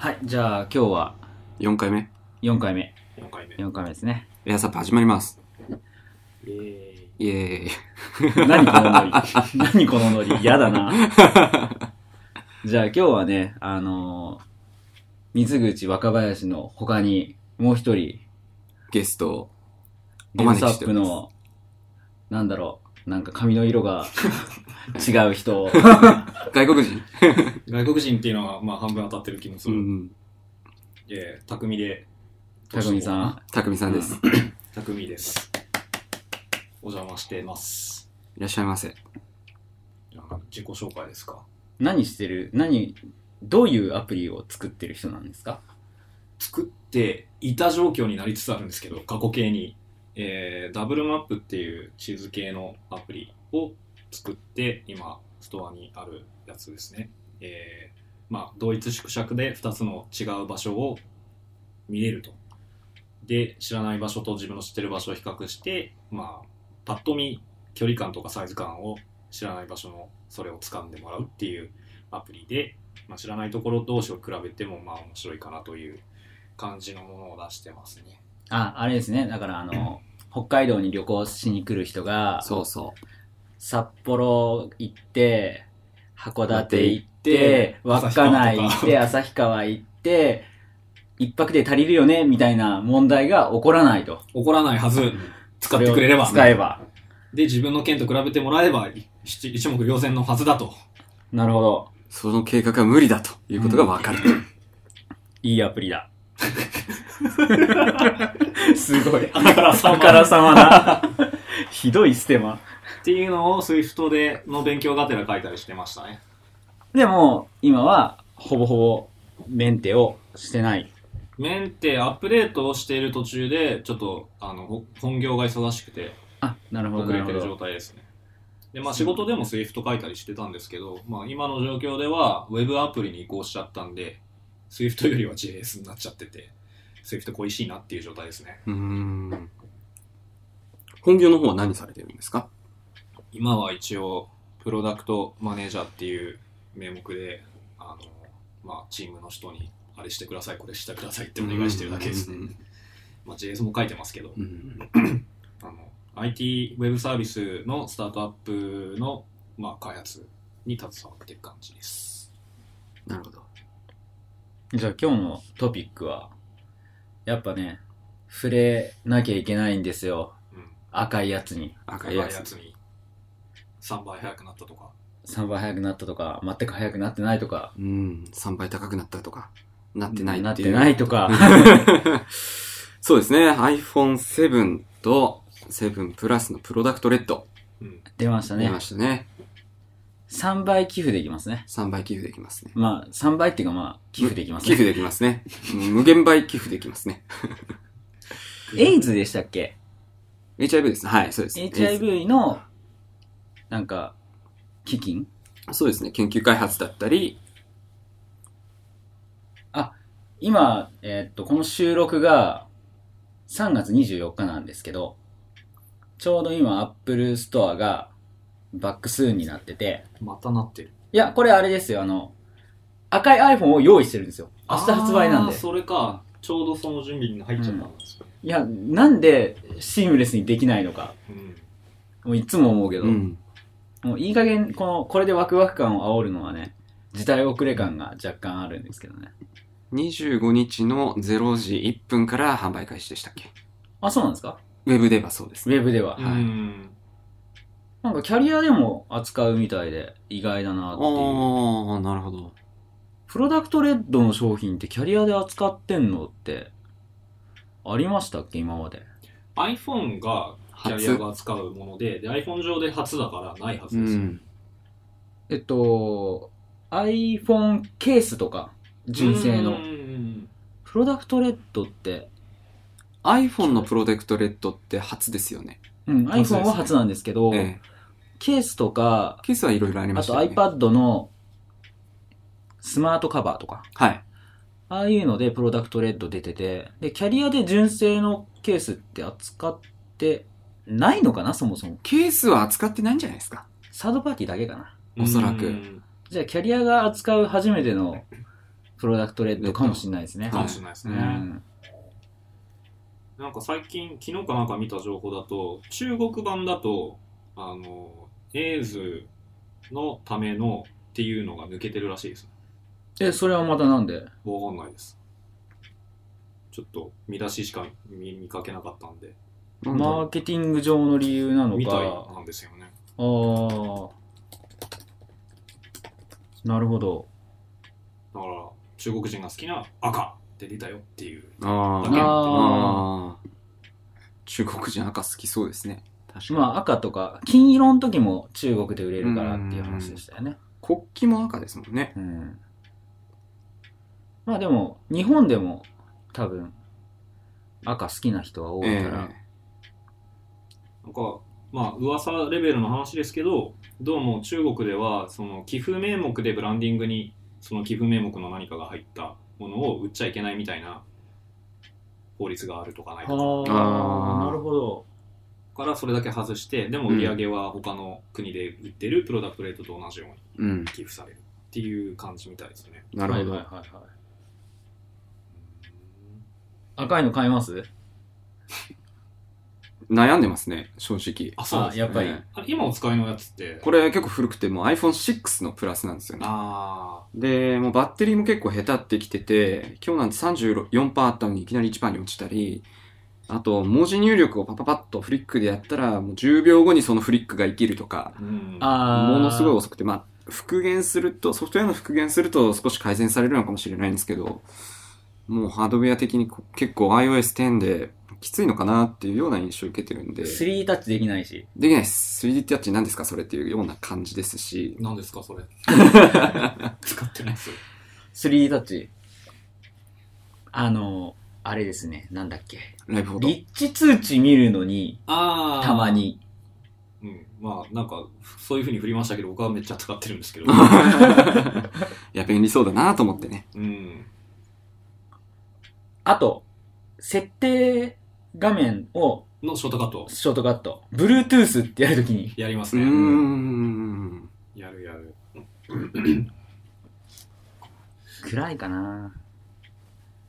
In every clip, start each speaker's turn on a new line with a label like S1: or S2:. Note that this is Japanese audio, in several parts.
S1: はい、じゃあ今日は
S2: 4回目
S1: 4回目。
S3: 4回目。
S1: 4回目ですね。
S2: エアサップ始まります
S3: えーイ、
S2: イエーイ
S1: 何このノ リ何このノリ嫌だな。じゃあ今日はね、あのー水口若林の他にもう一人、
S2: ゲストをお
S1: ゲーム
S2: 招
S1: サ
S2: きし
S1: ッ
S2: て
S1: プ
S2: ます
S1: の、なんだろう、なんか髪の色 が違う人 を、
S2: 外国人
S3: 外国人っていうのは、まあ、半分当たってる気もす
S2: う
S3: る。
S2: ん
S3: えー、匠で。
S1: たくみさん。
S2: たくみさんです、い
S3: 匠です。お邪魔してます。
S2: らっしゃいませ
S3: じゃあ自己紹介ですか。
S1: 何してる何、どういうアプリを作ってる人なんですか
S3: 作っていた状況になりつつあるんですけど、過去形に。えー、ダブルマップっていう地図系のアプリを作って、今、ストアにあるやつですね。えー、まあ、同一縮尺で2つの違う場所を見れると。で、知らない場所と自分の知ってる場所を比較して、まあ、パッと見、距離感とかサイズ感を知らない場所のそれを掴んでもらうっていうアプリで、まあ、知らないところ同士を比べてもまあ面白いかなという感じのものを出してますね。
S1: あ、あれですね。だからあの、北海道に旅行しに来る人が、
S2: そうそう
S1: 札幌行って、函館行っ
S3: 函館行って
S1: て、稚内行って、旭川行って、一泊で足りるよねみたいな問題が起こらないと。
S3: 怒らないはず、使ってくれれば。
S1: そを使えば。
S3: で、自分の件と比べてもらえば、い一一目瞭然のはずだ と。
S1: なるほど。
S2: その計画は無理だということが分かる、
S1: いいアプリ だ。すごい。
S3: あからさま
S1: あからさまな。ひどいステマ。
S3: っていうのを SWIFT での勉強がてら書いたりしてましたね。
S1: でも、今は、ほぼほぼ、メンテをしてない。
S3: メンテアップデートをしている途中で、ちょっと、あの、ほ本業が忙しくて、
S1: あ、なるほど、
S3: 遅
S1: な
S3: れ
S1: るほ
S3: てる状
S1: ど。
S3: 態ですね。で、まあ仕事でも Swift 書いたりしてたんですけど、まあ今の状況では Web アプリに移行しちゃったんで、Swift よりは JS になっちゃってて、Swift 恋しいなっていう状態ですね。
S2: うーん本業の方は何されてるんですか
S3: 今は一応、プロダクトマネージャーっていう名目で、あの、まあチームの人に、あれしてください、これしてくださいってお願いしてるだけですね
S2: う。ん
S3: まあ JS も書いてますけど、
S2: うん
S3: あの、IT ウェブサービスのスタートアップの、まあ開発に携わってる感じです。
S2: なるほど
S1: じゃあ今日のトピックは、やっぱね、触れなきゃいけないんですよ。
S3: うん
S1: 赤いやつに。
S2: 赤
S3: 赤
S2: い
S3: い
S2: や
S3: や
S2: つ
S3: つに3倍速くなったとか
S1: 3倍速くなったとか、全く速くなってないとか、
S2: うん3倍高くなったとかなってない
S1: な
S2: っ
S1: って
S2: いう
S1: てないとか。
S2: そうですね iPhone7 と7プラスのプロダクトレッド
S3: うん
S1: 出ました
S2: 出
S1: ね
S2: ま。したね
S1: 3倍寄付できますね。
S2: 3倍寄付できますね
S1: まあ、3倍っていうかまあ、寄付できます
S2: 寄
S1: ね。
S2: 付できますね。無限倍寄付できますね。
S1: エイズでしたっけ
S2: HIV ですね。はい、そうです。
S1: ?HIV の、なんか、基金
S2: そうですね。研究開発だったり、
S1: 今、えーっと、この収録が3月24日なんですけど、ちょうど今、Apple Store がバックスーンになってて、
S3: またなってる
S1: いや、これあれですよ、あの、赤い iPhone を用意してるんですよ。明日発売なん
S3: あ
S1: で
S3: ー。それかちょうどその準備に入っちゃったんですよ、
S1: いや、なんでシームレスにできないのか、
S3: うん
S1: もういつも思うけど、
S2: うん。
S1: もういい加減、この、これでワクワク感を煽るのはね、時代遅れ感が若干あるんですけどね。
S2: 25日の0時1分から販売開始でしたっけ
S1: あ、そうなんですか
S2: ウェブではそうです
S1: ウ
S2: ね。
S1: ェブでは。
S2: んはい
S3: うん
S1: なんかキャリアでも扱うみたいで意外だなっていう。
S2: ああ、なるほど。
S1: プロダクトレッドの商品ってキャリアで扱ってんのって、ありましたっけ今まで。
S3: iPhone がキャリア
S2: 初。
S3: が扱うものでで iPhone 上で初だからないは
S2: う
S3: ずですよ、
S2: ん。
S1: えっと、iPhone ケースとか、純正の
S3: うん。うん
S1: プロダクトレッドって、
S2: iPhone のプロテクトレッドって初ですよね。
S1: うん、
S3: そうですね
S1: iPhone は初なんですけど、
S2: ええ。
S1: ケースとか、
S2: ケースはいろいろありま
S1: あ
S2: した
S1: と
S2: よね。。
S1: iPad のスマートカバーとか、
S2: はい。
S1: ああいうのでプロダクトレッド出てて、で、キャリアで純正のケースって扱ってないのかな、そもそも。
S2: ケースは扱ってないんじゃないですか。
S1: サードパーティーだけかな。
S3: うん
S2: おそらく
S3: うん
S1: じゃあ、キャリアが扱う初めてのプロダクトレッドかもしれないですね。
S3: かもしれないです
S1: う
S3: ね。
S1: ん。
S3: なんか最近、昨日かなんか見た情報だと、中国版だと、あの、エイズのためのっていうのが抜けてるらしいです。
S1: え、それはまたなんで
S3: わかんないです。ちょっと見出ししか見見かけなかったんで、
S2: なんだ
S1: マ
S2: ろ
S1: ーケティング上の理由なの
S3: みたい
S1: か。
S3: なんですよね。
S1: ああ。なるほど。
S3: だから、中国人が好きな赤って出たよっていう。
S2: うあ
S3: だ
S2: ー
S3: け
S1: あ
S2: あー中国人赤好きそうですね。確か
S1: ー
S2: に。
S1: まあ赤とか、金色の時も中国で売れるからっていう話でしたよね。
S2: 国旗も赤ですもんね。
S1: うん。まあでも、日本でも多分、赤好きな人は多いから。
S2: ええ
S3: なんか、まあ、噂レベルの話ですけど、どうも中国では、その寄付名目でブランディングに、その寄付名目の何かが入ったものを売っちゃいけないみたいな法律があるとかないとか、
S1: は
S2: あー
S1: なるほど。
S3: からそれだけ外して、でも売り上げは他の国で売ってるプロダクトレートと同じように
S2: うん。
S3: 寄付されるっていう感じみたいですね。
S2: なるほど。
S1: はいはいはいはい。赤いの買います
S2: 悩んでますね、正直。
S3: あ、そうですね
S1: あやっぱり
S2: ええ
S3: あ今お使いのやつって、
S2: これ結構古くて、もう iPhone6 のプラスなんですよね。
S3: あ
S2: で、もうバッテリーも結構下手ってきてて、今日なんて34%あったのにいきなり1%に落ちたり、あと文字入力をパパパッとフリックでやったら、もう10秒後にそのフリックが生きるとか、
S3: ー、うん
S1: あー
S2: ものすごい遅くて、まあ、復元すると、ソフトウェアの復元すると少し改善されるのかもしれないんですけど、もうハードウェア的にこ結構 iOS10 できついのかなっていうような印象を受けてるんで、で
S1: 3タッチできないし。
S2: きないです。3D タッチ何ですかそれっていうような感じですし、
S3: 何ですかそ れ。使ってないですよ。
S1: 3タッチ。あの、あれですね。なんだっけ。
S2: ライブフォト。
S1: 立地通知見るのに、
S3: あ
S1: たま。に。
S3: うん。まあ、なんか、そういう風に振りましたけど、僕はめっちゃ使ってる んですけど。
S2: いや、便利そうだなと思ってね。
S3: うん。
S1: あと、設定画面を
S3: のショートカット
S1: ショートカット。Bluetooth ってやるときに。
S3: やります
S2: うー
S3: ね。
S2: ん。
S3: やるやる。
S1: 暗いかな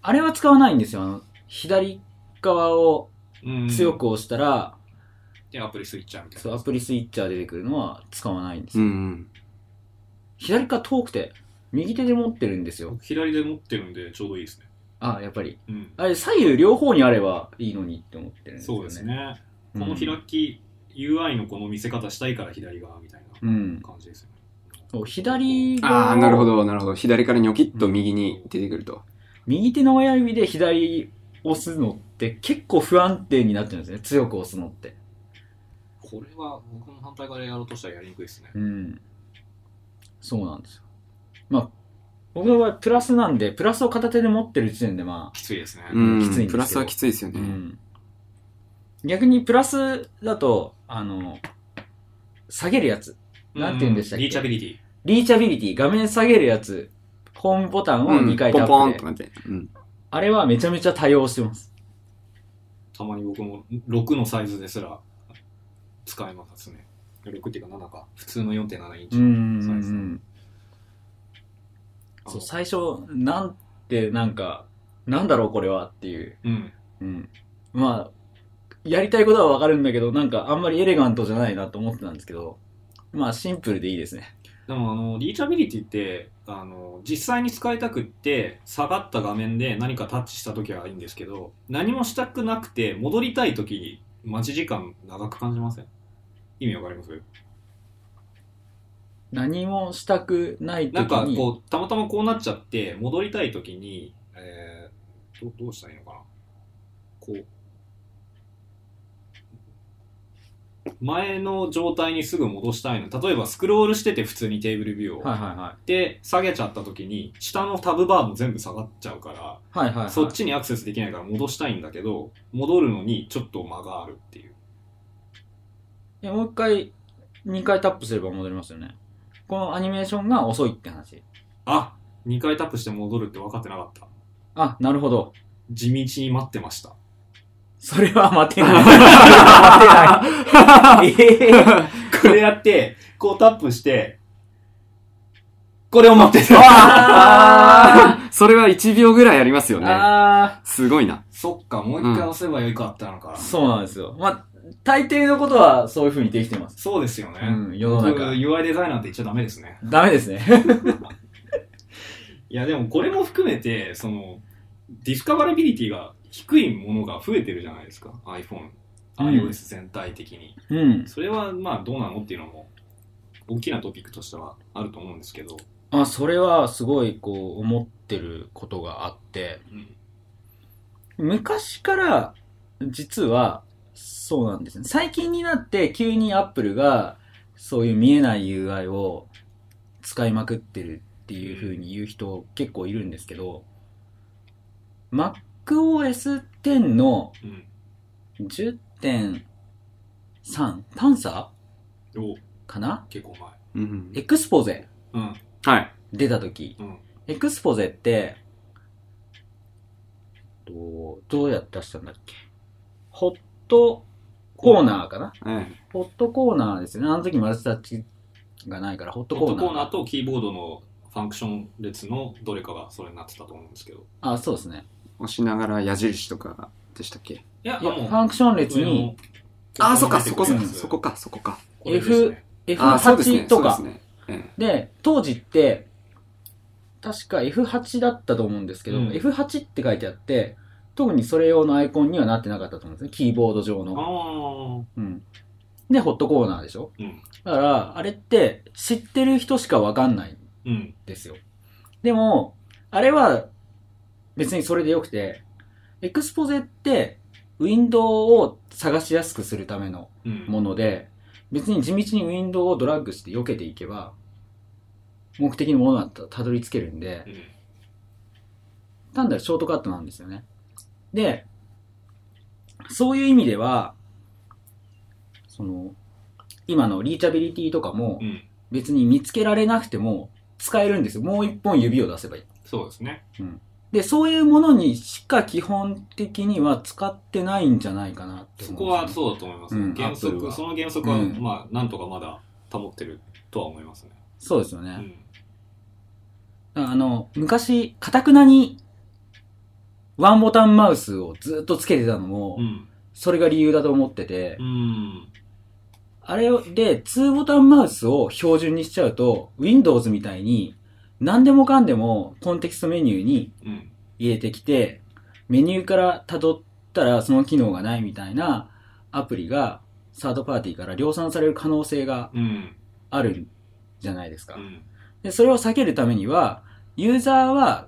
S1: あれは使わないんですよ。あの、左側を
S3: うん
S1: 強く押したら、
S3: で、アプリスイッチャーみたい
S1: そう、
S3: な。
S1: アプリスイッチャー出てくるのは使わないんです
S2: う
S1: よ。
S2: ん。
S1: 左側遠くて、右手で持ってるんですよ。
S3: 僕左で持ってるんで、ちょうどいいですね。
S1: あ、やっぱり。
S3: うん。
S1: あれ、左右両方にあればいいのにって思ってるんですよね。
S3: そうです。ね。こ
S1: ん、
S3: の開き、UI のこの見せ方したいから左側みたいな
S1: うん。
S3: 感じですよね。
S1: そう左
S2: あ
S1: 側
S2: あ、
S1: を
S2: なるほど、なるほど。左からニョキッと右に出てくると。
S1: 右手の親指で左押すのって結構不安定になっちゃうんですね。強く押すのって。
S3: これは僕も反対側でやろうとしたらやりにくいですね。
S1: うん。そうなんですよ。まあ、僕の場合、プラスなんで、プラスを片手で持ってる時点で、ま
S3: きついですね。
S2: うん。
S1: きついんですけど
S2: プラスはきついですよ
S1: あ、う
S2: ね。
S1: ん。逆にプラスだと、あの、下げるやつ。なんて言うんでしたっけ
S3: リーチャビリティ。
S1: リーチャビリティ、画面下げるやつ。ホームボタンを
S2: うん
S1: 2回
S2: ポ
S1: タ
S2: ンポ
S1: ッ
S2: ン
S1: プで。
S2: となって。うん。
S1: あれはめちゃめちゃ対応してます。
S3: たまに僕も6のサイズですら使えますね。6っていうか7か。普通の4.7インチのサイズ。あの
S1: そう、最初、なんて、なんか、なんだろうこれはっていう。
S3: うん。
S1: うん。まあ、やりたいことはわかるんだけど、なんかあんまりエレガントじゃないなと思ってたんですけど、まあシンプルでいいですね。
S3: でもあの、リーチャビリティって、あの、実際に使いたくって、下がった画面で何かタッチした時はいいんですけど、何もしたくなくて、戻りたい時に待ち時間長く感じません意味わかります
S1: 何もしたくない時に。
S3: なんかこう、たまたまこうなっちゃって、戻りたいときに、えーど、どうしたらいいのかな。こう、前の状態にすぐ戻したいの。例えばスクロールしてて普通にテーブルビューを。
S1: はいはいは
S3: で、下げちゃったときに、下のタブバーも全部下がっちゃうか
S1: い。
S3: ら、
S1: はいはい、はい。
S3: そっちにアクセスできないから戻したいんだけど、戻るのにちょっと間があるっていう。
S1: いやもう一回、二回タップすれば戻りますよね。このアニメーションが遅いって話。
S3: あ2回タップして戻るって分かってなかった。
S1: あ、なるほど。地
S3: 道に待ってました。
S1: それは待てない。それは 待てない。ええ
S3: これやって、こうタップして、これを待ってる。
S1: あ
S2: それは1秒ぐらいありますよ
S1: ー
S2: ね。
S1: あ
S2: すごいな。
S3: そっか、もう一回押せばよかったのか。
S1: ーそうなんですよ。まあ、大抵のことはそういう風にできてます。
S3: そうですよね。
S1: うん世の中
S3: 僕 UI デザイナーって言っちゃダメですね。
S1: ダメですね。
S3: いや、でもこれも含めて、その、ディスカバラビリティが低いものが増えてるじゃないですか。iPhone、
S1: うん
S3: iOS 全体的に。
S1: うん。
S3: それは、まあ、どうなのっていうのも、大きなトピックとしてはあると思うんですけど。
S1: あ、それはすごいこう思ってることがあって、
S3: うん
S1: 昔から実はそうなんですね。最近になって急に Apple がそういう見えない UI を使いまくってるっていう風に言う人結構いるんですけど、MacOS 10の
S3: うん。
S1: 10.3探査
S3: お
S1: かな
S3: 結構前。
S2: うん
S1: エクスポゼ
S3: うん。
S2: はい。
S1: 出た時
S3: うん。
S1: エクスポゼって、どう、どうやって出したんだっけホットコーナーかな
S2: え
S1: ホットコーナーですよね。あの時マルチタッチがないから、ホット
S3: ホッ
S1: コー
S3: ト
S1: ナー。
S3: コーナーとキーボードのファンクション列のどれかがそれになってたと思うんですけど。
S1: あ、そうですね。
S2: え押しながら矢印とかでしたっけ
S3: いや、
S1: いや、フ
S3: もう
S1: ァンクション列に、
S2: ああ、そっか、そこ、
S1: う
S2: そ
S1: ん
S2: そこか、そこか。
S3: これですね
S1: F
S2: ああ、そうですね。
S1: F8 とか
S2: そうですね。え
S1: で、当時って、確か F8 だったと思うんですけど、
S3: うん
S1: F8 って書いてあって、特にそれ用のアイコンにはなってなかったと思うんですね。キーボード上
S3: あ
S1: の。
S3: あ。
S1: うん。で、ホットコーナーでしょ
S3: うん。
S1: だから、あれって知ってる人しかわかんないん
S3: うん。
S1: ですよ。でも、あれは別にそれでよくて、エクスポゼってウィンドウを探しやすくするための
S3: うん。
S1: もので、別に地道にウィンドウをドラッグして避けていけば、目的のものだったらたどり着けるんで
S3: う、ん
S1: 単なるショートカットなんですよね。で、そういう意味では、その、今のリーチャビリティとかも、
S3: うん。
S1: 別に見つけられなくても使えるんですよ。もう一本指を出せばいい。
S3: そうですね。
S1: で、そういうものにしか基本的には使ってないんじゃないかなって
S3: そ
S1: 思
S3: こ
S1: うん
S3: は
S1: です
S3: そうだと思います、
S1: うん
S3: 原
S1: Apple
S3: 則、
S1: は
S3: その原則は、
S1: うん
S3: まあ、なんとかまだ保ってるとは思いますね。
S1: そうですよ
S3: う
S1: ね。
S3: ん。
S1: あの、昔、かたくなにワンボタンマウスをずっとつけてたのも、
S3: うん。
S1: それが理由だと思ってて、
S3: うん。
S1: あれで、2ボタンマウスを標準にしちゃうと、Windows みたいに、何でもかんでもコンテキストメニューに
S3: うん。
S1: 入れてきて、メニューから辿ったらその機能がないみたいなアプリが、サードパーティーから量産される可能性が
S3: うん。
S1: あるんじゃないですか
S3: う。ん。
S1: で、それを避けるためには、ユーザーは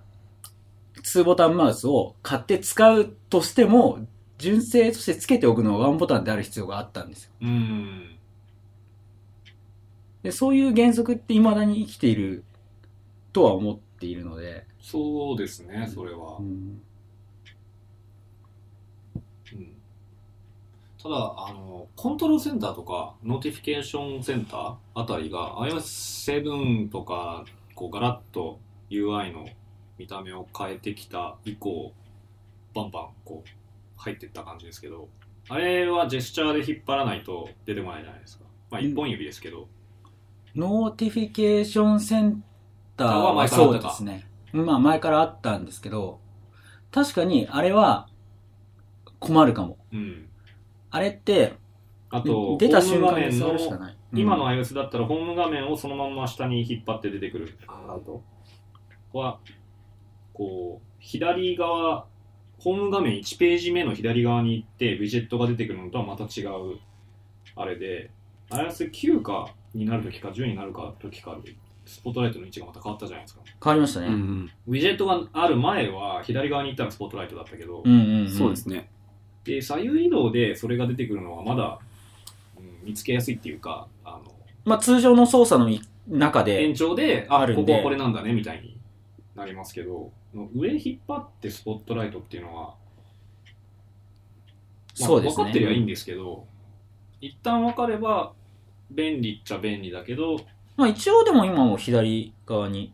S1: 2ボタンマウスを買って使うとしても、純正としてつけておくのは1ボタンである必要があったんですよ。
S3: うん。
S1: で、そういう原則って未だに生きているとは思っているので、
S3: そうですね、それは。うんただあの、コントロールセンターとか、ノーティフィケーションセンターあたりが、iOS7 とか、こうガラッと UI の見た目を変えてきた以降、バンバンこう入っていった感じですけど、あれはジェスチャーで引っ張らないと出てこないじゃないですか。まあ、
S1: うん
S3: 一本指ですけど、
S1: ノーティフィケーションセンター
S3: は
S1: は
S3: 前からあ
S1: そう
S3: った
S1: で
S3: か
S1: すね。まあ前からあったんですけど、確かにあれは困るかも。
S3: うん。
S1: あれって、
S3: あと、
S1: 出た
S3: ホー
S1: 瞬
S3: ム画
S1: 間に
S3: 面
S1: 触るしか
S3: の、
S1: ない。
S3: 今の
S1: うん
S3: iOS だったら、ホーム画面をそのまんま下に引っ張って出てくる。あとは、こう、左側、ホーム画面1ページ目の左側に行って、ビジェットが出てくるのとはまた違う、あれで、iOS9 かになるときか、10になるかときかで、スポットライトの位置がまた変わったじゃないですか。
S1: 変わりました
S2: え
S1: ね。
S2: うん
S3: ウィジェットがある前は、左側に行ったらスポットライトだったけど、
S1: うんうん、う。
S2: うんん。そうですね。
S3: で、左右移動でそれが出てくるのは、まだ、うん見つけやすいっていうか、あの、
S1: まあ通常の操作の中で
S3: 延、長で、
S1: あ
S3: あ、
S1: る
S3: こ
S1: ん
S3: こ
S1: で
S3: はこれなんだね、みたいになりますけど、上引っ張ってスポットライトっていうのは、まあ
S1: そうですね。
S3: 分かってりゃいいんですけど、一旦分かれば、便利っちゃ便利だけど、
S1: まあ一応でも今も左側に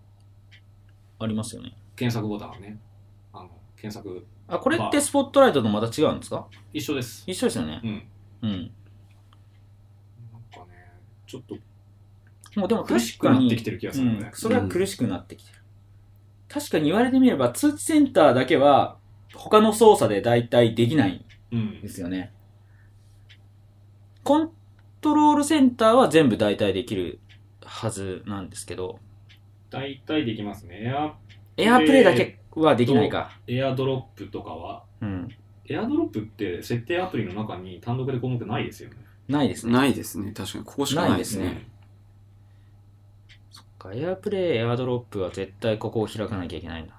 S1: ありますよね。
S3: 検索ボタンはね、あの、検索、
S1: あ、これってスポットライトとまた違うんですか
S3: 一緒です。
S1: 一緒ですよね
S3: う。ん。
S1: うん。
S3: なんかね、ちょっと、
S1: もうでも
S3: 苦し
S1: 確
S3: く
S1: か
S3: な
S1: に
S3: ってきてる気がするよね
S1: うん、。それは苦しくなってきてる、確かに言われてみれば通知センターだけは他の操作で大体できないん
S3: うん
S1: で。すよねコントロールセンターは全部大体できるはずなんですけど
S3: 大体できますね。エア、
S1: エアープレイだけはできないか、
S3: エアドロップとかは、
S1: うん
S3: エアドロップって設定アプリの中に単独で項目ないですよね。
S1: ないですね
S2: ないですね。確かに、ここしかないです
S1: ないです
S2: ね。
S1: そっかエアプレイエアドロップは絶対ここを開かなきゃいけないんだ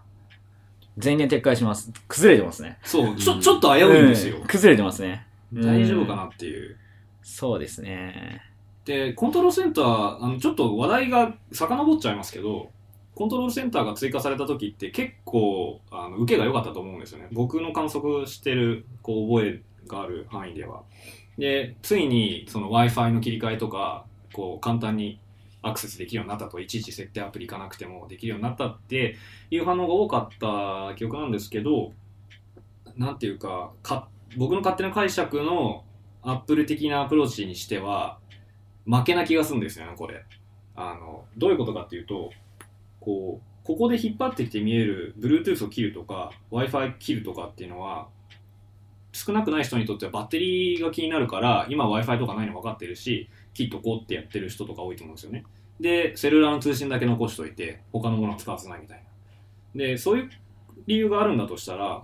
S1: 全言撤回します崩れてますね
S3: そう、ち
S2: う
S3: ょ、
S2: ん
S3: ちょっと危ういんですよ
S1: う。崩れてますね
S3: 大丈夫かなっていう。
S1: そうですね
S3: で、コントロールセンター、あの、ちょっと話題が遡っちゃいますけど、コントロールセンターが追加された時って結構、あの、受けが良かったと思うんですよね。僕の観測してる、こう、覚えがある範囲では。で、ついに、その Wi-Fi の切り替えとか、こう、簡単にアクセスできるようになったと、いちいち設定アプリ行かなくてもできるようになったっていう反応が多かった記憶なんですけど、なんていうか、か僕の勝手な解釈の Apple 的なアプローチにしては、負けな気がするんですよね、これ。あの、どういうことかっていうと、こう、ここで引っ張ってきて見える Bluetooth を切るとか、Wi-Fi 切るとかっていうのは、少なくない人にとってはバッテリーが気になるから、今 Wi-Fi とかないの分かってるし、切っとこうってやってる人とか多いと思うんですよね。で、セルラーの通信だけ残しといて、他のものは使わせないみたいな。で、そういう理由があるんだとしたら、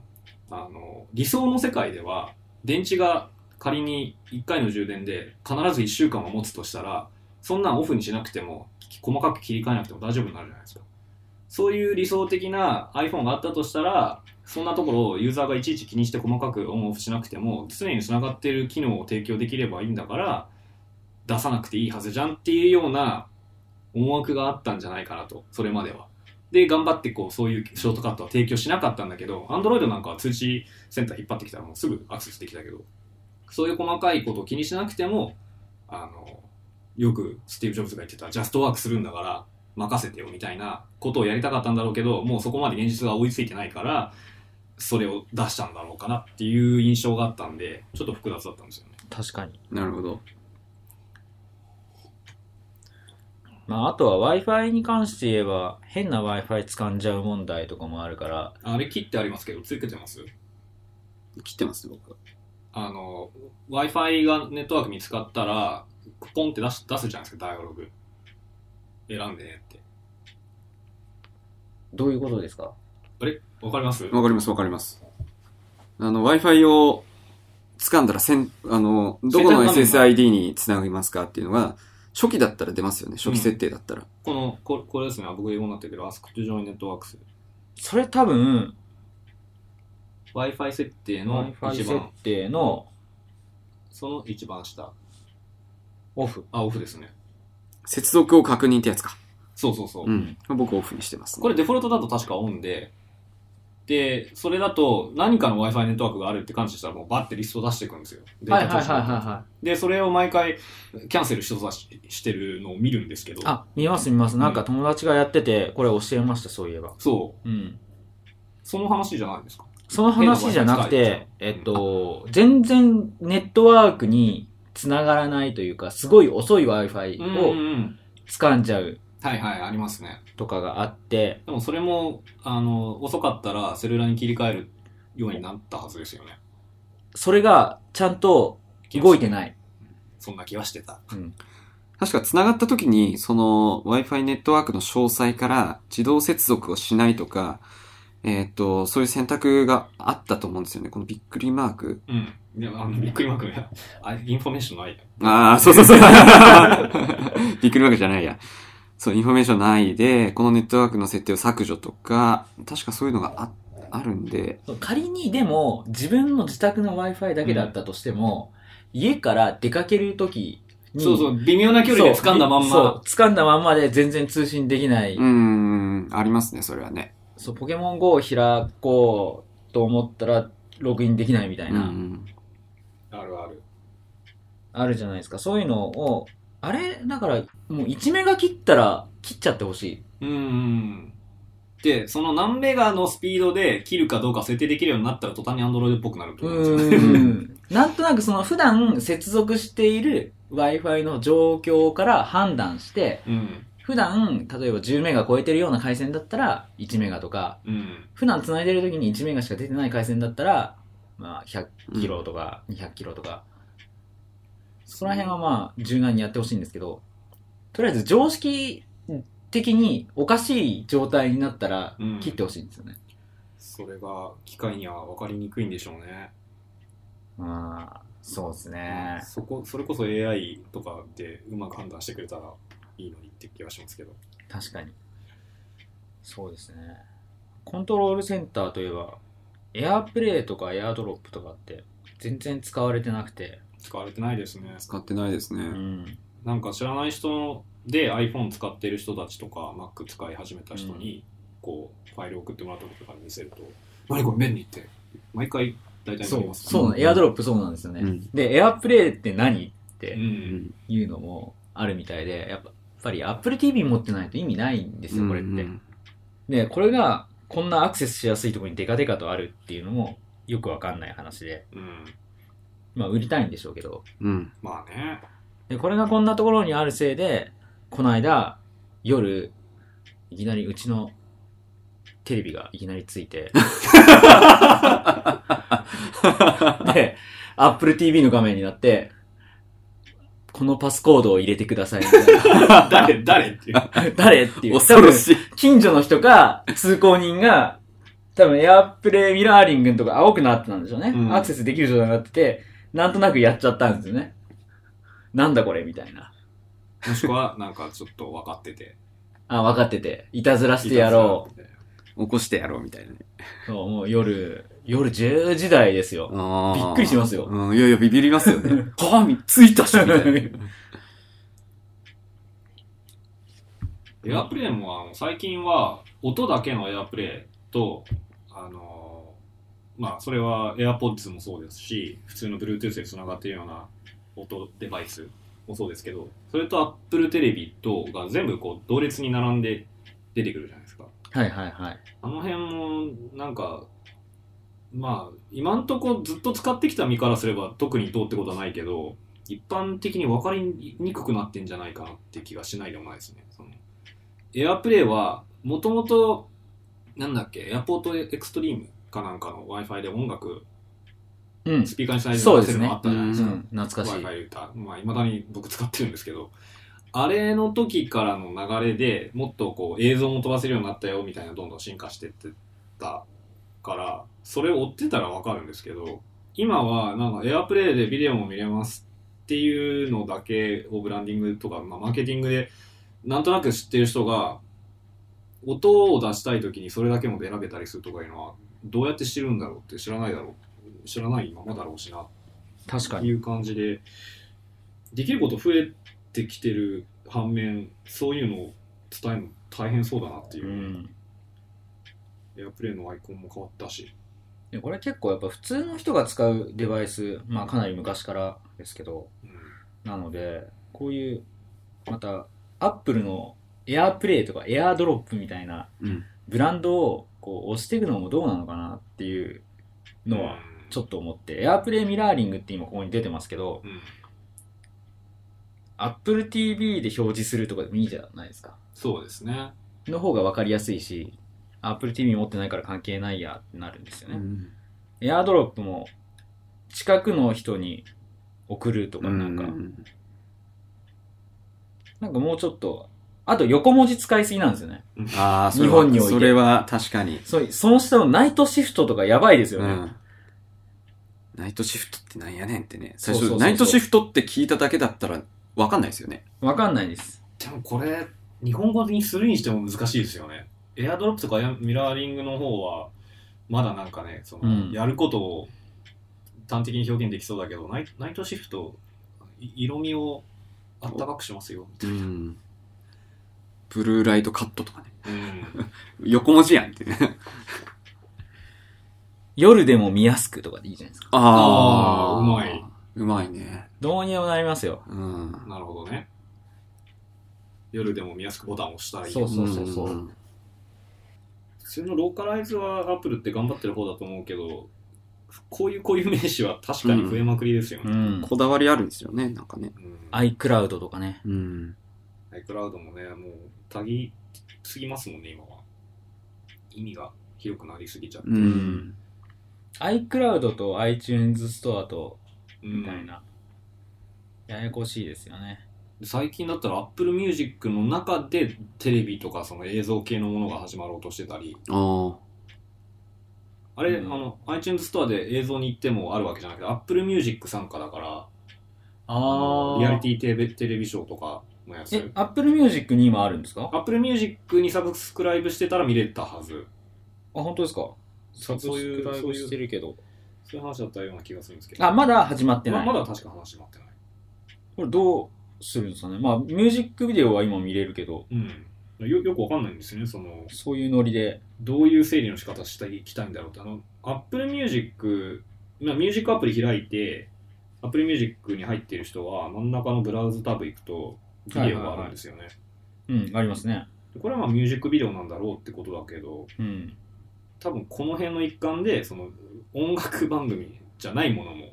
S3: あの、理想の世界では、電池が仮に1回の充電で必ず1週間は持つとしたらそんなんオフにしなくても細かく切り替えなくても大丈夫になるじゃないですかそういう理想的な iPhone があったとしたらそんなところをユーザーがいちいち気にして細かくオンオフしなくても常に繋がってる機能を提供できればいいんだから出さなくていいはずじゃんっていうような思惑があったんじゃないかなとそれまではで頑張ってこうそういうショートカットは提供しなかったんだけど Android なんかは通知センター引っ張ってきたらもうすぐアクセスできたけどそういう細かいことを気にしなくても、あの、よくスティーブ・ジョブズが言ってた、ジャストワークするんだから任せてよみたいなことをやりたかったんだろうけど、もうそこまで現実が追いついてないから、それを出したんだろうかなっていう印象があったんで、ちょっと複雑だったんですよね。
S1: 確かに
S2: なるほど。
S1: まあ、あとは Wi-Fi に関して言えば、変な Wi-Fi 掴んじゃう問題とかもあるから、
S3: あれ切ってありますけど、つけてます
S2: 切ってますね、僕は。
S3: あの、Wi-Fi がネットワーク見つかったら、ポンって出す出すじゃないですか、ダイアログ。選んでねって。
S1: どういうことですか
S3: あれわかります
S2: わかります、わかります。あの、Wi-Fi を掴んだらせん、あの、どこの
S3: 選択画
S2: SSID につなぎますかっていうのが、初期だったら出ますよね。初期設定だったら。
S3: このここれですね、僕英語になってるけど、アスクトゥジョインネットワークス。
S1: それ多分、
S3: Wi-Fi 設定の
S1: Wi-Fi
S3: 一
S1: 設
S3: 番、
S1: 定の
S3: その一番下。
S1: オフ。
S3: あ、オフですね。
S2: 接続を確認ってやつか。
S3: そうそうそう。
S2: うん。僕オフにしてます、ね。
S3: これデフォルトだと確かオンで、で、それだと何かの Wi-Fi ネットワークがあるって感知したらもうバッてリスト出していくんですよ。データとして
S1: は
S3: で、それを毎回キャンセルしそうだししてるのを見るんですけど、
S1: あ、見ます見ます。なんか友達がやってて、これ教えました、そういえば。
S3: そう、
S1: うん。
S3: その話じゃないですか。
S1: その話じゃなくて、
S3: 変
S1: え
S3: な Wi-Fi 使い
S1: っと、全然ネットワークに繋がらないというか、すごい遅い Wi-Fi
S3: うんうん
S1: を
S3: うん。
S1: 掴んじゃう
S3: はいはい、ありますね。
S1: とかがあって、
S3: でもそれも、あの、遅かったらセルラーに切り替えるようになったはずですよね。
S1: それがちゃんと動いてない。
S3: そんな気はしてた。
S1: うん。
S2: 確か繋がった時に、その Wi-Fi ネットワークの詳細から自動接続をしないとか、えーっと、そういう選択があったと思うんですよね。このびっくりマーク。
S3: うん。でも、あの、びっくりマークね。あ、インフォメーションないよ。
S2: ああ、そうそうそう。びっくりマークじゃないや。そう、インフォメーションないで、このネットワークの設定を削除とか、確かそういうのがあ、あるんで、
S1: 仮にでも自分の自宅の Wi-Fi だけだったとしても、家から出かけるときに、。
S3: そうそうう、微妙な距離で掴んだまん
S1: そう
S3: ま。、
S1: 掴んだまんまで全然通信できない。
S2: うーん、ありますね、それはね。
S1: そう、ポケモン GO を開こうと思ったら、ログインできないみた
S2: う
S1: い
S2: んう
S1: な、
S2: ん。
S3: あるある。
S1: あるじゃないですか。そういうのを、あれ、だから、もう1メガ切ったら、切っちゃってほしい。
S3: うんうん。で、その何メガのスピードで切るかどうか設定できるようになったら途端に Android っぽくなると思うんですよ
S1: う
S3: ね。
S1: ん。なんとなくその普段接続している Wi-Fi の状況から判断して、
S3: うん。
S1: 普段、例えば10メガ超えてるような回線だったら1メガとか、
S3: うん。
S1: 普段繋いでる時に1メガしか出てない回線だったら、まあ、100キロとか200キロとか、そこら辺はまあ、柔軟にやってほしいんですけど、とりあえず常識的におかしい状態になったら
S3: うん
S1: 切ってほしいんですよね。
S3: それが機械には分かりにくいんでしょうね。
S1: まあ、そうですね。
S3: そこ、それこそ AI とかでうまく判断してくれたらいいのにって気がしますけど。
S1: 確かに。そうですね。コントロールセンターといえば、エアープレイとかエアードロップとかって全然使われてなくて、
S3: 使われてないですね。
S2: 使ってないです
S1: う
S2: ね。
S1: ん。
S3: なんか知らない人で iPhone 使ってる人たちとか Mac 使い始めた人にこうファイル送ってもらった時とかに見せると「何これ便利」って毎回大体
S1: そ
S3: なり
S1: う、
S3: ます
S1: そうなの、エアードロップそうなんですよね。
S2: うん。
S1: で、エアプレイって何っ
S3: う
S1: て
S2: うんん。
S1: いうのもあるみたいで、やっぱやっぱり Apple TV 持ってないと意味ないんですよ、これって。
S2: うん
S1: で、これがこんなアクセスしやすいところにデカデカとあるっていうのもよくわかんない話で、
S3: うん
S1: まあ売りたいんでしょうけど、
S2: うん。
S3: ま あね
S1: で、これがこんなところにあるせいで、この間、夜、いきなりうちのテレビがいきなりついて、で、Apple TV の画面になって、このパスコードを入れてくださいみたいな。
S3: 誰誰っていう
S1: 誰っていう。
S2: 恐ろしい。
S1: 近所の人か、通行人が、多分エアプレイミラーリングのとか青くなってたんでしょうね。
S3: うん
S1: アクセスできる状態になってて、なんとなくやっちゃったんですよね。なんだこれみたいな。
S3: もしくはなんかちょっと分かってて
S1: あ、分かってて。いたずらしてやろ
S3: う
S2: 起こしてやろうみたいなね。
S1: う。そう、もう夜、夜10時台ですよ。
S2: あ
S1: び
S2: ー
S1: っくりしますよ
S2: うん。いやいや、ビビりますよね。はぁ、ついたし みたいな。
S3: エアプレイもあの最近は音だけのエアプレイとあのーまあそれは AirPods もそうですし普通の Bluetooth でつながっているような音デバイスもそうですけどそれと Apple テレビとが全部こう同列に並んで出てくるじゃないですか
S1: はいはいはい。
S3: あの辺もなんかまあ今んとこずっと使ってきた身からすれば特にどうってことはないけど一般的に分かりにくくなってんじゃないかなって気がしないでもないですねそのエアプレイはもともとなんだっけエアポートエクストリームかなんかの w i f i で音楽
S1: うん。
S3: スピーカーにしないで流せるのあったじゃな
S1: う
S3: いですか
S1: ん、懐かしい。
S3: Wi-Fi 歌、まあ、未だに僕使ってるんですけど、あれの時からの流れでもっとこう映像も飛ばせるようになったよみたいなどんどん進化してってたから、それを追ってたらわかるんですけど、今はなんかエアプレイでビデオも見れますっていうのだけをブランディングとか、まあ、マーケティングでなんとなく知ってる人が音を出したい時にそれだけも選べたりするとかいうのはどうやって知るんだろうって知らないだろう知らないままだろうしな
S1: 確か
S3: っ
S1: に
S3: て。いう感じでできること増えてきてる反面そういうのを伝えるの大変そうだなっていうう、
S1: ん。
S3: エアプレイのアイコンも変わったし
S1: でこれ結構やっぱ普通の人が使うデバイス、まあかなり昔からですけど、
S3: う
S1: なので、こういう、また、アップルのエアープレイとかエアードロップみたいな
S2: うん。
S1: ブランドをこう押していくのもどうなのかなっていううんのはちょっと思って、エアープレイミラーリングって今ここに出てますけど、
S3: うん
S1: Apple TV で表示するとかでもいいじゃないですか。
S3: そうですね
S1: の方が分かりやすいし、Apple TV 持ってないから関係ないやってなるんですよね。エアードロップも近くの人に送るとかなんか、
S2: うん
S1: なんかもうちょっと、あと横文字使いすぎなんですよね。
S2: ああ、それは
S1: 日本において
S2: それは確かに。
S1: そう、その下のナイトシフトとかやばいですよ
S2: う
S1: ね。
S2: ん。ナイトシフトってなんやねんってね。
S1: そ
S2: 最
S1: うそうそうそう
S2: 初、ナイトシフトって聞いただけだったらわかんないですよね。
S1: わかんないです。
S3: でもこれ日本語にするにしても難しいですよねエアドロップとかエアミラーリングの方はまだなんかねその、
S1: うん
S3: やることを端的に表現できそうだけどナイナイトシフトい色味をあったかくしますよみたい
S2: うん。ブルーライトカットとかね。
S3: な、うん
S2: 横文字やんってね。
S1: 夜でも見やすくとかでいいじゃないですか。
S2: あ
S3: あーうまい。
S2: うまいね。
S1: どうにでもなりますよ。
S2: うん。
S3: なるほどね。夜でも見やすくボタンを押したらいい。
S1: そうそうそうそう
S2: うん
S3: 普通のローカライズはアップルって頑張ってる方だと思うけど、こういう固有名詞は確かに増えまくりですよ
S1: う
S3: ね。
S1: ん。
S2: こだわりあるんですよね、なんかね。
S1: iCloud とかね。
S2: うん。
S3: iCloud もね、もう多義すぎますもんね、今は。意味が広くなりすぎちゃって。
S2: うん
S1: ん iCloud と iTunes ストアと、
S3: うん
S1: みたいな。ややこしいですよね。
S3: 最近だったら Apple Music の中でテレビとかその映像系のものが始まろうとしてたり、
S2: あ
S3: あれ、
S1: うん
S3: あの iTunes ストアで映像に行ってもあるわけじゃなくて Apple Music 参加だから、
S1: あ
S3: リアリティテレビテレビショーとかのや
S1: え
S3: つ、。
S1: Apple Music に今あるんですかあ、
S3: Apple Music にサブスクライブしてたら見れたはず。
S1: 本当ですか
S3: そうそういう
S1: サブスクライブしてるけど。
S3: そういう話だったような気がするんですけど。
S1: あ、まだ始まってない。
S3: ままだ確か話もあってない。
S1: これどうするんですかね。まあ、ミュージックビデオは今見れるけど、
S3: うん。よよくわかんないんですよね、その、
S1: そういうノリで。
S3: どういう整理の仕方していきたいんだろうって、あの、Apple Music、まあミュージックアプリ開いて、Apple Music に入ってる人は、真ん中のブラウズタブ行くと、ビデオがあるんですよね。
S1: うん、ありますね。
S3: でこれはまあミュージックビデオなんだろうってことだけど、
S1: うん。
S3: 多分この辺の一環で、その、音楽番組じゃないものも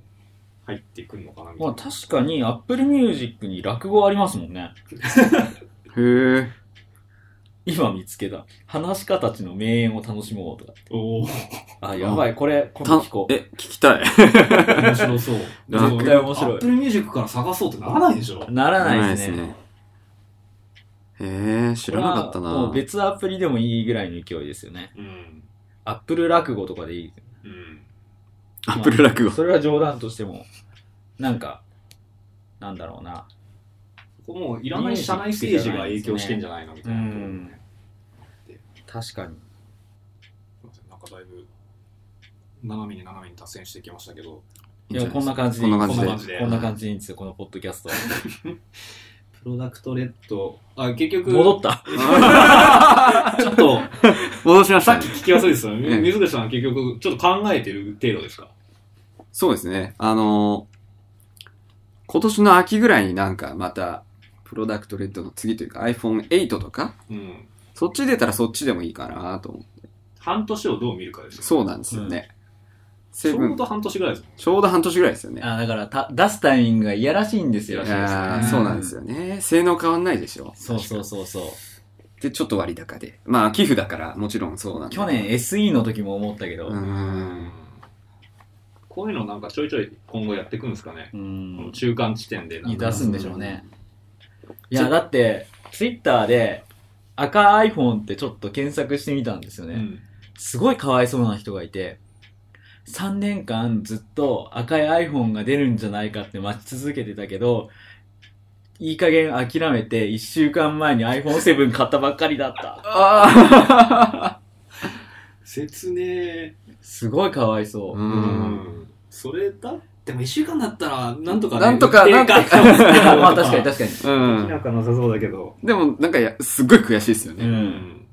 S3: 入ってくるのかなみたい
S1: ま
S3: な。
S1: あ、確かに Apple Music に落語ありますもんね。
S2: あ。へえ。
S1: 今見つけた。話し家たちの名演を楽しもうとかって。
S3: おお、
S1: あ、やばい。これ、今
S2: た
S1: 度聞こう。
S2: え、聞きたい。
S3: 面白そう。
S1: 絶対面白い
S3: Apple Music から探そうってならないでしょ。
S1: ならないですね。
S2: へえ、知らなかった
S1: これはも
S2: な
S1: う。別アプリでもいいぐらいの勢いですよね。
S3: うん。
S1: Apple 落語とかでいい。
S3: うん。
S2: アップル落語。
S1: それは冗談としても、なんか、なんだろうな。
S3: ここもういらない社内政治が影響してんじゃないのみたいなところもね。
S1: 確かに。
S3: すいませんなんかだいぶ斜めに斜めに脱線してきましたけど、
S1: いや、こんな感じで
S2: こんな感
S3: じで
S1: こんな感じでいいんですよ、このポッドキャストは。
S3: プロダクトレッド、あ、結局、
S1: 戻った。
S3: ちょっと、
S2: 戻しまし
S3: さったき
S2: ね。
S3: 聞き忘れてたの
S2: ええ
S3: に、水口さんは結局、ちょっと考えてる程度ですか
S2: そうですね。あのー、今年の秋ぐらいになんかまた、プロダクトレッドの次というか iPhone8 とか、
S3: うん。
S2: そっち出たらそっちでもいいかなと思って。
S3: 半年をどう見るかですよ。
S2: そうなんですよね。
S3: ち
S2: セブ
S3: ょう
S2: ン
S3: ど、半年ぐらいです
S2: ちょうど半年ぐらいですよね。
S1: あ、だからた、出すタイミングがいやらしいんですよ。
S3: いや
S2: あーそうう
S3: そですね
S2: なんですよね。性能変わんないでしょ。
S1: そうそうそうそう。
S2: で、ちょっと割高で。まあ、寄付だから、もちろんそうなんだ
S1: 去年 SE の時も思ったけど。
S2: うー。
S1: うん
S3: こういうのなんかちょいちょい今後やっていくんですかね。この
S1: ん。
S3: 中間地点でなん
S1: に
S3: か。
S1: 出すんでしょうね。いや、だって、Twitter で、赤 iPhone ってちょっと検索してみたんですよ
S3: う
S1: ね。
S3: ん。
S1: すごいかわいそうな人がいて、3年間ずっと赤い iPhone が出るんじゃないかって待ち続けてたけど、いい加減諦めて1週間前に iPhone7 買ったばっかりだ った。
S2: あ
S3: 説明。
S1: すごいかわいそうう。
S2: ん。
S3: それだでも1週間だったらなんとか、
S2: なんとかなんとか
S3: 定価が
S1: まあ確かに確かに。
S2: う。
S3: できなんかなさそうだけど、
S2: でも、なんかや、すっごい悔しいですよ
S1: う
S2: ね。
S1: ん。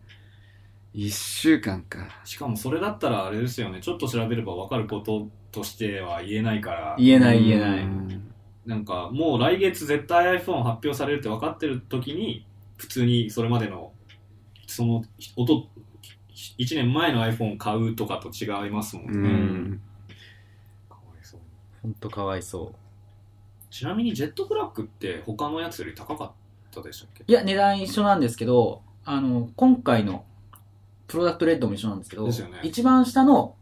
S2: 一週間か。
S3: しかもそれだったらあれですよねちょっと調べれば分かることとしては言えないから
S1: 言えない言えな
S2: う
S1: い。
S2: ん
S3: なんかもう来月絶対 iPhone 発表されるって分かってる時に普通にそれまでのその音1年前の iPhone を買うとかと違いますもんね、
S2: う
S3: か
S2: ん。
S3: わいそう
S1: ほんとかわいそ
S3: ちなみにジェットブラックって他のやつより高かったでしたっけ
S1: う。いや、値段一緒なんですけど、あの、今回のプロダクトレッドも一緒なんですけど、
S3: ですよね
S1: 一番下の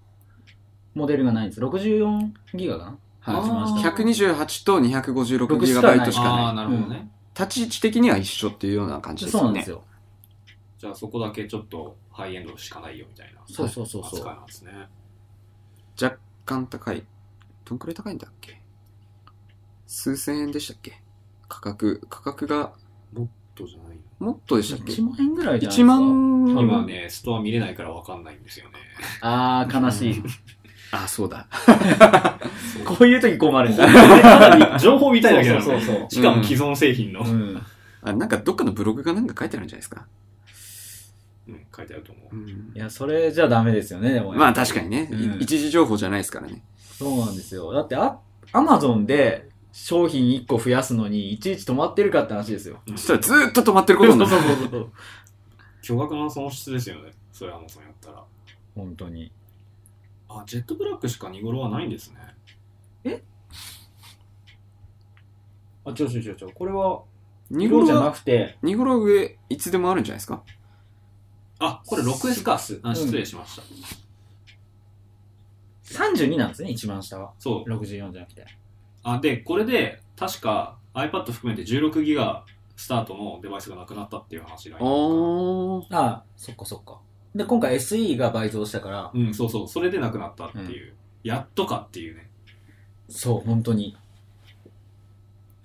S1: モデルがないんです。64ギガかな
S2: はい。
S1: あー
S2: 128と 256GB し
S3: ああ
S2: か
S3: ー
S2: ない。
S3: なるほどね、
S2: 立ち位置的には一緒っていうような感じです
S1: そうな
S2: よ
S1: んで
S2: ね
S1: す。よ。
S3: じゃあそこだけちょっとハイエンドしかないよみたいな
S1: そうそうそうそう。
S3: 扱いなんですね。
S2: 若干高い。どんくらい高いんだっけ数千円でしたっけ価格、価格が
S3: どうじゃない
S2: もっとでしたっけ
S1: 1万円ぐらいじゃないです
S2: 1
S1: か。
S2: 万
S1: うん
S3: 今ね、ストア見れないからわかんないんですよね。
S1: あー、悲しい。
S2: あ、そうだ。
S1: こういう時困るんだ。
S3: ただ情報見たいだけなの
S1: そうそう
S3: しかも既存製品 の、
S1: そう。うん。
S2: あなんかどっかのブログかなんか書いてあるんじゃないですか。
S3: うん書いてあると思う。
S1: いや、それじゃダメですよね、でもね
S2: まあ確かにね、
S1: うん
S2: い一時情報じゃないですからね。
S1: そうなんですよ。だって、あ、アマゾンで商品1個増やすのに、いちいち止まってるかって話ですよ。
S3: うん
S2: そしたらずーっと止まってること になる。
S1: そうそうそう。
S3: 巨額な損失ですよね。それはもうそれやったら。
S1: 本当に。
S3: あ、ジェットブラックしか見頃はないんですね。
S1: あ、ちょちょちょちょ、これは、
S2: 2
S1: 色
S2: 頃
S1: じゃな
S2: は、
S1: くて、
S2: 2頃は上、いつでもあるんじゃないですか
S3: あ、これ 6S か。あ失礼しました。
S1: 32なんですね、一番下は。
S3: そう。
S1: 64じゃなくて。
S3: あ、で、これで、確か iPad 含めて 16GB スタートのデバイスがなくなったっていう話が
S2: あー。
S1: ああ、そっかそっか。で、今回 SE が倍増したから、
S3: うん、そうそう。それでなくなったっていう。やっとかっていうね。
S1: そう、本当に。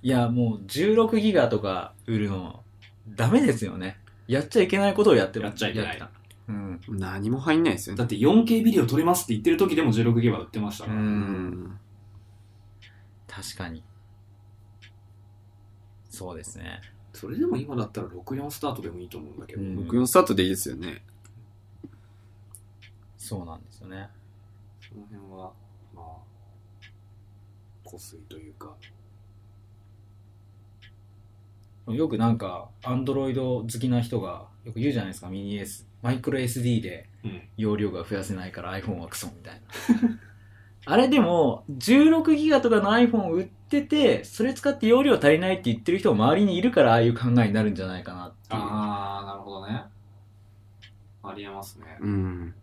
S1: いや、もう16ギガとか売るの、ダメですよね。やっちゃいけないことをやってる。
S3: やっちゃいけない
S1: やってたうん。
S2: 何も入んないですよ
S3: だ
S2: ね。
S3: って 4K ビデオ撮れますって言ってる時でも 16GB 売ってました
S1: う。
S3: から。
S2: うんん。
S1: 確かに。そうですね。
S3: それでも今だったら64スタートでもいいと思うんだけど。
S1: うん
S2: 僕のスタートでいいですよね。
S1: そうなんですよね。
S3: その辺は、まあ、個水というか。
S1: よくなんか、アンドロイド好きな人が、よく言うじゃないですか、ミニ S。マイクロ SD で
S3: うん。
S1: 容量が増やせないから iPhone はクソみたいな。 あれでも、16ギガとかの iPhone 売ってて、それ使って容量足りないって言ってる人も周りにいるから、ああいう考えになるんじゃないかなっていう。
S3: あー、なるほどね。ありえますね。
S2: うん。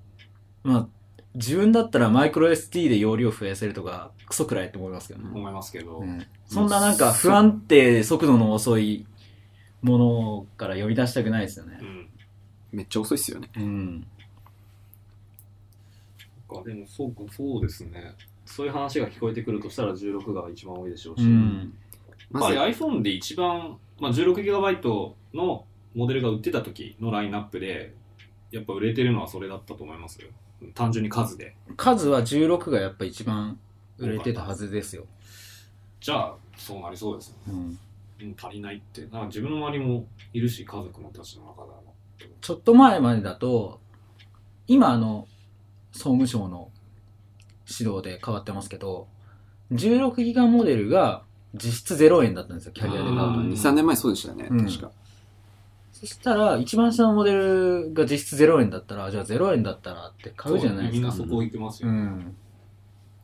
S1: まあ、自分だったらマイクロ SD で容量増やせるとか、クソくらいって思いますけどね。
S3: 思いますけど。
S1: うんそんななんか不安定で速度の遅いものから呼び出したくないですよね
S3: う。ん。
S2: めっちゃ遅いっすよね。
S1: うん。
S3: かでもそうかそうですねそういう話が聞こえてくるとしたら16が一番多いでしょうし、
S1: うん。
S3: やっ
S2: ま
S3: ぱ
S2: ず
S3: り、iPhone で一番、まあ、16GB のモデルが売ってた時のラインナップでやっぱ売れてるのはそれだったと思いますよ単純に数で
S1: 数は16がやっぱ一番売れてたはずですよ。
S3: じゃあそうなりそうですよ
S1: う
S3: ね
S1: ん。
S3: うん足りないってなんか自分の周りもいるし家族もたちの中だも
S1: ちょっと前までだと、今あの、総務省の指導で変わってますけど、16ギガモデルが実質0円だったんですよ、キャリアで買う
S3: あ
S1: と
S3: ー。
S2: 2、3年前そうでしたよね。
S1: うん
S2: 確か。
S1: そしたら、一番下のモデルが実質0円だったら、じゃあ0円だったらって買うじゃないです
S3: みんな
S1: か。
S3: そこ行きます
S1: う
S3: よ、
S1: ん。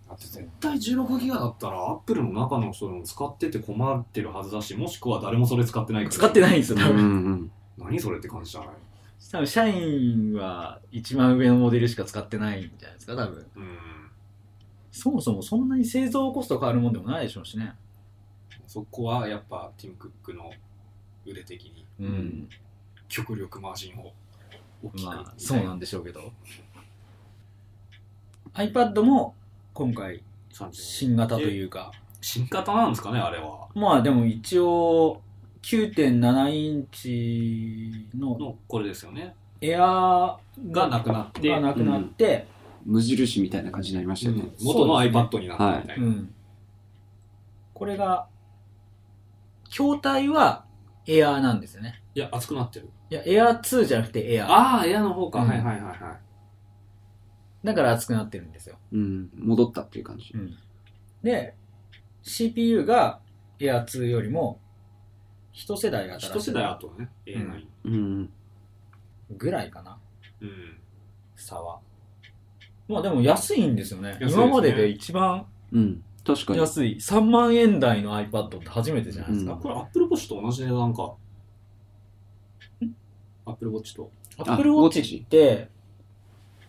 S3: だって絶対16ギガだったらアップルの中の人でも使ってて困ってるはずだしもしくは誰もそれ使ってないから
S1: 使ってないんですよ、多
S2: うんう
S1: 分。
S2: ん。
S3: 何それって感じじゃない
S1: 多分、社員は一番上のモデルしか使ってないんじゃないですか、多分。
S3: うん
S1: そもそもそんなに製造コスト変わるもんでもないでしょうしね。
S3: そこはやっぱティム・クックの腕的に
S1: うん。
S3: 極力マージンを大きく、
S1: まあ、そうなんでしょうけど。iPad も今回、
S3: 30
S1: 新型というか、
S3: 新型なんですかねあれは
S1: まあでも一応、9.7インチの
S3: のこれですよね
S1: エアー
S3: がなくなって
S1: がなくなって、
S2: 無印みたいな感じになりましたよね。
S3: 元の
S1: そうですね
S3: iPad になったみたい
S1: うん
S3: な、
S1: これが、筐体はエアーなんですよね。
S3: いや熱くなってる
S1: いや、エアー2じゃなくてエアー。
S3: ああエアの方か、
S1: うん
S3: はいはいはいはい
S1: だから熱くなってるんですよ。
S2: うん。戻ったっていう感じ。
S1: で、CPU がエアー2よりも、一世代新しい
S3: 一世代後のね A9
S2: うん。
S1: ぐらいかな、
S3: うん、
S1: 差は。まあでも安いんですよね。
S3: 安いですね
S1: 今までで一番
S2: うん。確かに。
S1: 安い。3万円台の iPad って初めてじゃないですか。
S2: うん
S3: これ Apple Watch と同じ値段か Apple Watch と
S1: アップルウォッチって、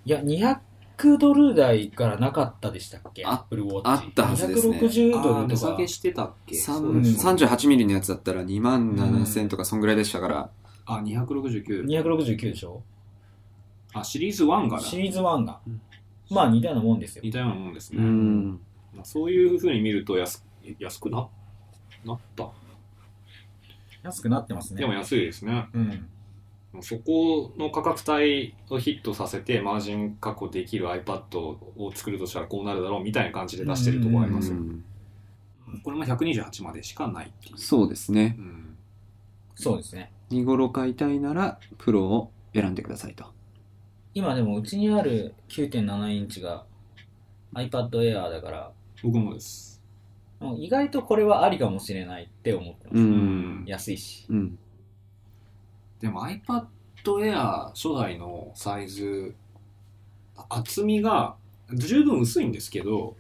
S1: いや、200ドル台からなかったでしたっけ
S2: あ
S1: アップルウォッチ。
S2: あったはずですね
S1: 260ド
S3: あ
S1: ル
S3: ー値
S1: と
S3: 下
S1: か
S3: げ。してたっけ
S2: さん
S3: そうですね
S2: 38ミリのやつだったら2万7000とかそんぐらいでしたから、
S3: あ269
S1: 269でしょ
S3: あシリーズ1がな
S1: シリーズ1が
S3: うん。
S1: まあ似たようなもんですよ。
S3: 似たようなもんですね、
S2: うん
S3: まあそういうふうに見ると安安くななった、
S1: 安くなってますね。
S3: でも安いですね
S1: うん。
S3: そこの価格帯をヒットさせてマージン確保できる iPad を作るとしたらこうなるだろうみたいな感じで出してるところありますよ、
S2: うん
S3: これも128までしかないっていう
S2: そうですね
S3: う、ん、
S1: そうですね。
S2: 2頃買いたいならプロを選んでくださいと
S1: 今でもうちにある9.7インチが iPad Air だから、
S3: 僕もです
S1: うん意外とこれはありかもしれないって思ってます。
S2: う
S3: うん
S1: 安いし。
S2: うん
S3: でも iPad Air 初代のサイズあ厚みが十分薄いんですけど、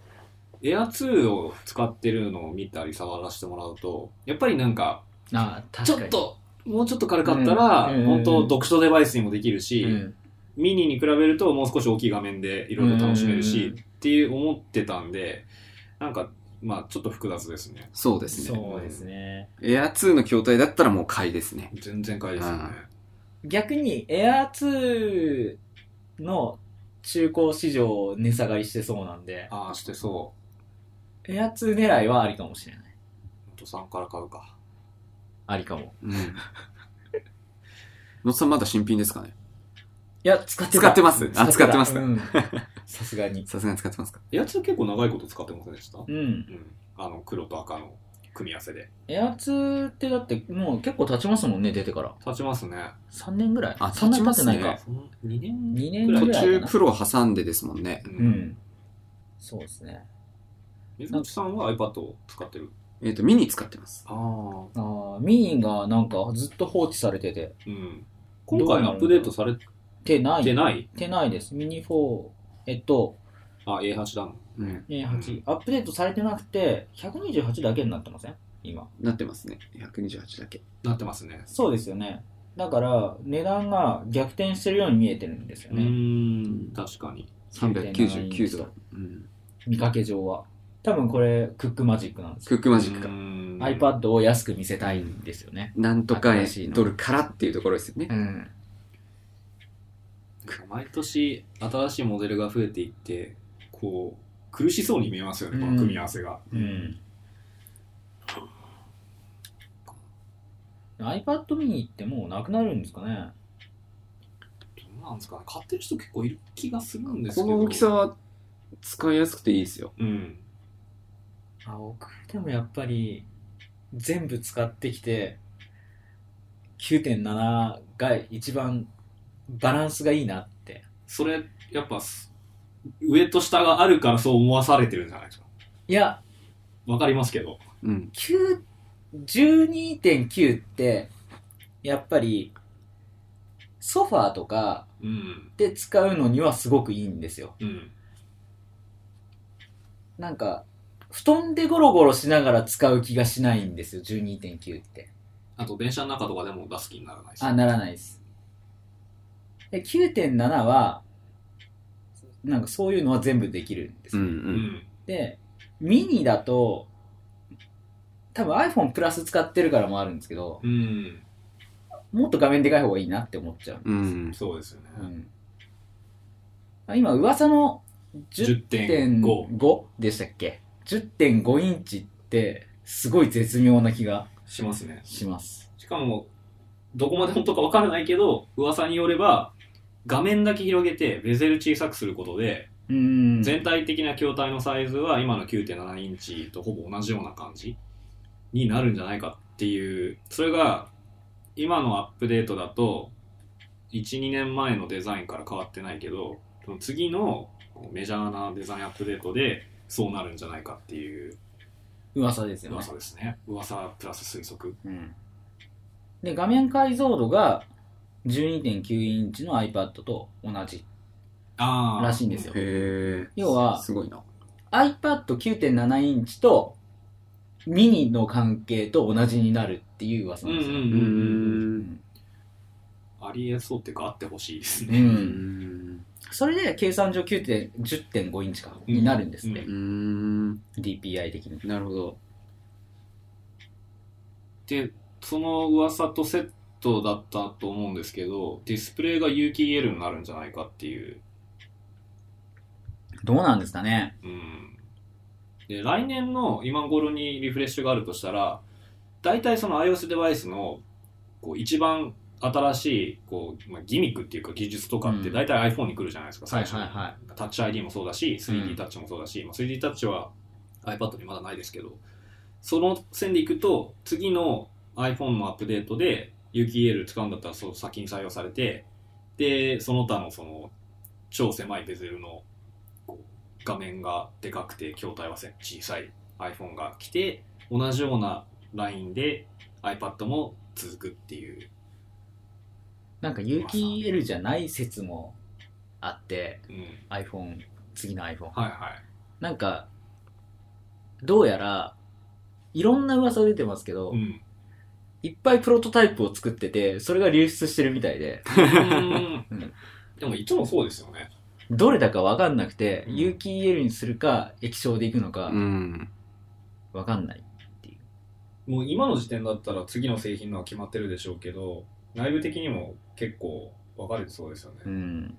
S3: Air2 を使ってるのを見たり触らせてもらうと、やっぱりなんか、
S1: ああ、
S3: ち
S1: 確
S3: ょ
S1: か
S3: っ
S1: に。
S3: と、もうちょっと軽かったら、
S1: うん
S3: 本当読書デバイスにもできるし、
S1: うん
S3: ミニに比べるともう少し大きい画面でいろいろ楽しめる
S1: う
S3: し、
S1: ん
S3: っていう思ってたんで、なんか、まあちょっと複雑ですね。
S2: そうですね。
S1: そうですね。
S2: エア2の筐体だったらもう買いですね。
S3: 全然買いですよね。
S1: 逆に Air2 の中古市場値下がりしてそうなんで、
S3: ああ、してそう。
S1: Air2 狙いはありかもしれない。
S3: 本当さんから買うか。
S1: ありかも。
S2: うん。のっさんまだ新品ですかね
S1: いや、使ってた
S2: 使ってますあ使ってます
S1: た
S2: か
S1: うん さすがに。
S2: さすがに使ってますか
S3: エアツー結構長いこと使ってませんでしたう
S1: うん。
S3: ん。あの、黒と赤の組み合わせで。
S1: Air2 ってだってもう結構経ちますもんね、出てから。
S3: 立ちますね。
S1: 3年ぐらい
S2: あ
S1: そんな経
S2: 経
S1: っ
S2: ち
S1: て
S2: ま
S1: な
S2: す
S1: い
S2: ね
S1: か。
S3: その2年
S1: 2年
S3: ぐ
S1: ぐら
S3: らい
S1: い
S2: 途
S1: か
S2: 中
S1: な。
S2: プロ挟んでですもんね。
S3: う。
S1: うんん。そうですね。
S3: 水口さんは iPad を使ってる。
S2: えっ、と、ミニ使ってます。
S3: ああ。
S1: あーミーンがなんかずっと放置されてて。
S3: うん。今回アップデートされ
S1: てない。
S3: てない
S1: てないです。ミニ4、えっと、
S3: あ、A8 だもん。
S2: うん。
S1: A8、アップデートされてなくて、128だけになってません今。
S2: なってますね。128だけ。
S3: なってますね。
S1: そうですよね。だから、値段が逆転してるように見えてるんですよ
S3: う
S1: ね。
S3: ん。確かに。
S2: 399ドル。うん。
S1: 見かけ上は。多分これ、クックマジックなんです
S2: ク
S1: よ。
S2: ックマジック
S3: う
S2: か。
S3: ん
S1: iPad を安く見せたいんですよね。
S2: なんとか
S1: 新しいの
S2: ドルからっていうところですよね。
S1: うん。
S3: なんか毎年新しいモデルが増えていって、こう、苦しそうに見えますよね、この組み合わせが。
S1: うん。iPad mini ってもうなくなるんですかね
S3: どうなんですかね。買ってる人結構いる気がするんですけ
S2: こ
S3: ど。
S2: の大きさは使いやすくていいですよ。
S3: うん。
S1: あ僕でもやっぱり全部使ってきて9.7が一番バランスがいいなって
S3: それ、やっぱす、上と下があるからそう思わされてるんじゃないですか。
S1: いや
S3: わかりますけど。
S2: うん。
S1: 9 12.9ってやっぱりソファーとか
S3: うん。
S1: で使うのにはすごくいいんですよ
S3: うん。
S1: なんか布団でゴロゴロしながら使う気がしないんですよ12.9って
S3: あと、電車の中とかでも出す気にならないし。
S1: あ、ならないです。で9.7は、なんかそういうのは全部できるんです
S2: うんう。
S1: よ、
S3: うんん。
S1: で、ミニだと、多分 iPhone プラス使ってるからもあるんですけど、
S3: うん。
S1: もっと画面でかい方がいいなって思っちゃう。
S2: うん。
S3: そうですよね。
S1: うんあ今、噂の
S3: 10.5。
S1: 10.5でしたっけ ?10.5 インチって、すごい絶妙な気が
S3: しますね。
S1: します。
S3: しかも、どこまで本当かわからないけど、噂によれば、画面だけ広げて、ベゼル小さくすることで、
S1: うーん。
S3: 全体的な筐体のサイズは今の9.7インチとほぼ同じような感じになるんじゃないかっていう、それが、今のアップデートだと、1、2年前のデザインから変わってないけど、その次のメジャーなデザインアップデートで、そうなるんじゃないかっていう
S1: 噂ですよね。
S3: 噂ですね。噂プラス推測。
S1: で画面解像度が12.9インチの iPad と同じ
S3: あ
S1: らしいんですよ
S2: へえ。
S1: 要は
S2: すごいな。
S1: iPad9.7 インチとミニの関係と同じになるっていう噂
S3: うん
S1: なんで
S3: うん
S1: すよ、
S2: う
S3: うんうん。
S2: ん。
S3: ありえそうっていうかあってほしいです
S1: う
S3: ね。
S1: ん
S2: うん。
S1: それで計算上9点10.5インチかになるんですって、
S3: うん
S2: うん。
S1: DPI 的に
S2: なるほど。
S3: で、その噂とセットだったと思うんですけど、ディスプレイが有機 EL になるんじゃないかっていう。
S1: どうなんですかね
S3: うん。で、来年の今頃にリフレッシュがあるとしたら、大体その iOS デバイスのこう一番新しいこう、まあ、ギミックっていうか技術とかって
S1: うん
S3: 大体 iPhone に来るじゃないですか、最初に。
S1: は
S3: タッチ ID もそうだし、
S1: う
S3: 3D
S1: ん
S3: タッチもそうだし、まあ 3D タッチは iPad にまだないですけど、その線でいくと、次の iPhone のアップデートで、有機 EL 使うんだったらそう先に採用されて、で、その他のその、超狭いベゼルのこう画面がでかくて、筐体はせ小さい iPhone が来て、同じようなラインで iPad も続くっていう。
S1: なんか有機 EL じゃない説もあって
S3: うん
S1: iPhone 次の iPhone。
S3: はいはい。
S1: なんか、どうやら、いろんな噂出てますけど、
S3: うん。
S1: いっぱいプロトタイプを作ってて、それが流出してるみたいで、
S3: うんでもいつもそうですよね。
S1: どれだかわかんなくて、
S3: うん
S1: 有機 EL にするか、液晶でいくのか
S2: う、ん。
S1: わかんない。
S3: もう今の時点だったら次の製品のは決まってるでしょうけど、内部的にも結構分かれてそうですよね。
S1: うん。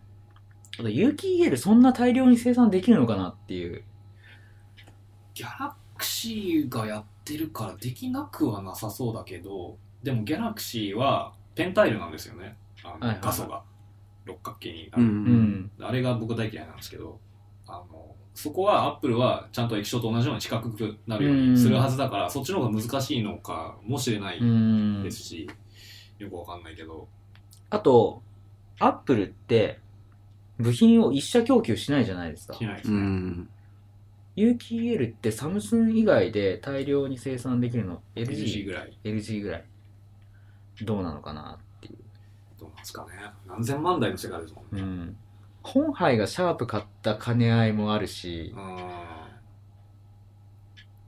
S1: あと、有機 EL そんな大量に生産できるのかなっていう。
S3: ギャラクシーがやってるからできなくはなさそうだけど、でもギャラクシーはペンタイルなんですよね。あ
S1: はいはいは
S3: の
S1: い
S3: 画素が六角形にな
S2: う。
S3: る。
S1: うんん。
S3: あれが僕大嫌いなんですけど、あの、そこはアップルはちゃんと液晶と同じように四角くなるようにするはずだから、そっちの方が難しいのかもしれない
S1: うん
S3: ですし、よくわかんないけど、
S1: あと、アップルって、部品を一社供給しないじゃないですか
S3: し。ないです
S2: う
S3: ね。
S2: ん。
S1: 有機 EL ってサムスン以外で大量に生産できるの
S3: LG
S1: LG,
S3: ぐらい
S1: LG ぐらい。どうなのかなっていう。
S3: どうなんですかね何千万台の世界ですもん
S1: う
S3: ね、
S1: ん。本杯がシャープ買った兼ね合いもあるし、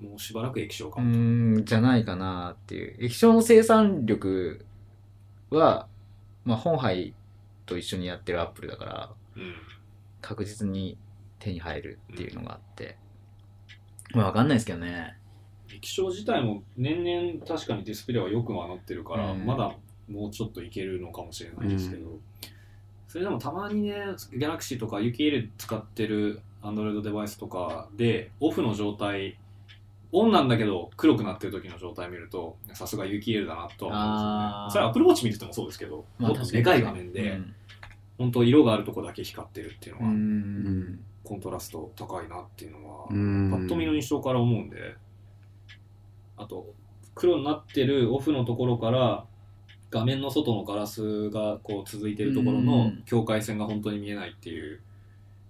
S3: うんもうしばらく液晶か
S1: う
S3: も、
S1: ーん、じゃないかなっていう。液晶の生産力は、まあ本杯と一緒にやってるアップルだから、
S3: うん
S1: 確実に手に入るっていうのがあって。まあわかんないですけどね。
S3: 液晶自体も年々確かにディスプレイはよくはなってるから、
S1: うん
S3: まだもうちょっといけるのかもしれないですけど、それでもたまにね Galaxy とか UKL 使ってる Android デバイスとかでオフの状態オンなんだけど黒くなってる時の状態見るとさすが UKL だなとは思うんですよねそれは Apple Watch 見ててもそうですけど、
S1: まあ
S3: もっとでかい画面で、本当色があるとこだけ光ってるっていう
S1: う
S3: のは、
S1: ん。
S3: コントラスト高いなっていうのは、
S2: うん。
S3: パッと見の印象から思うんであと黒になってるオフのところから画面の外のガラスがこう続いてるところ
S1: う
S3: の
S1: ん。
S3: 境界線が本当に見えないっていう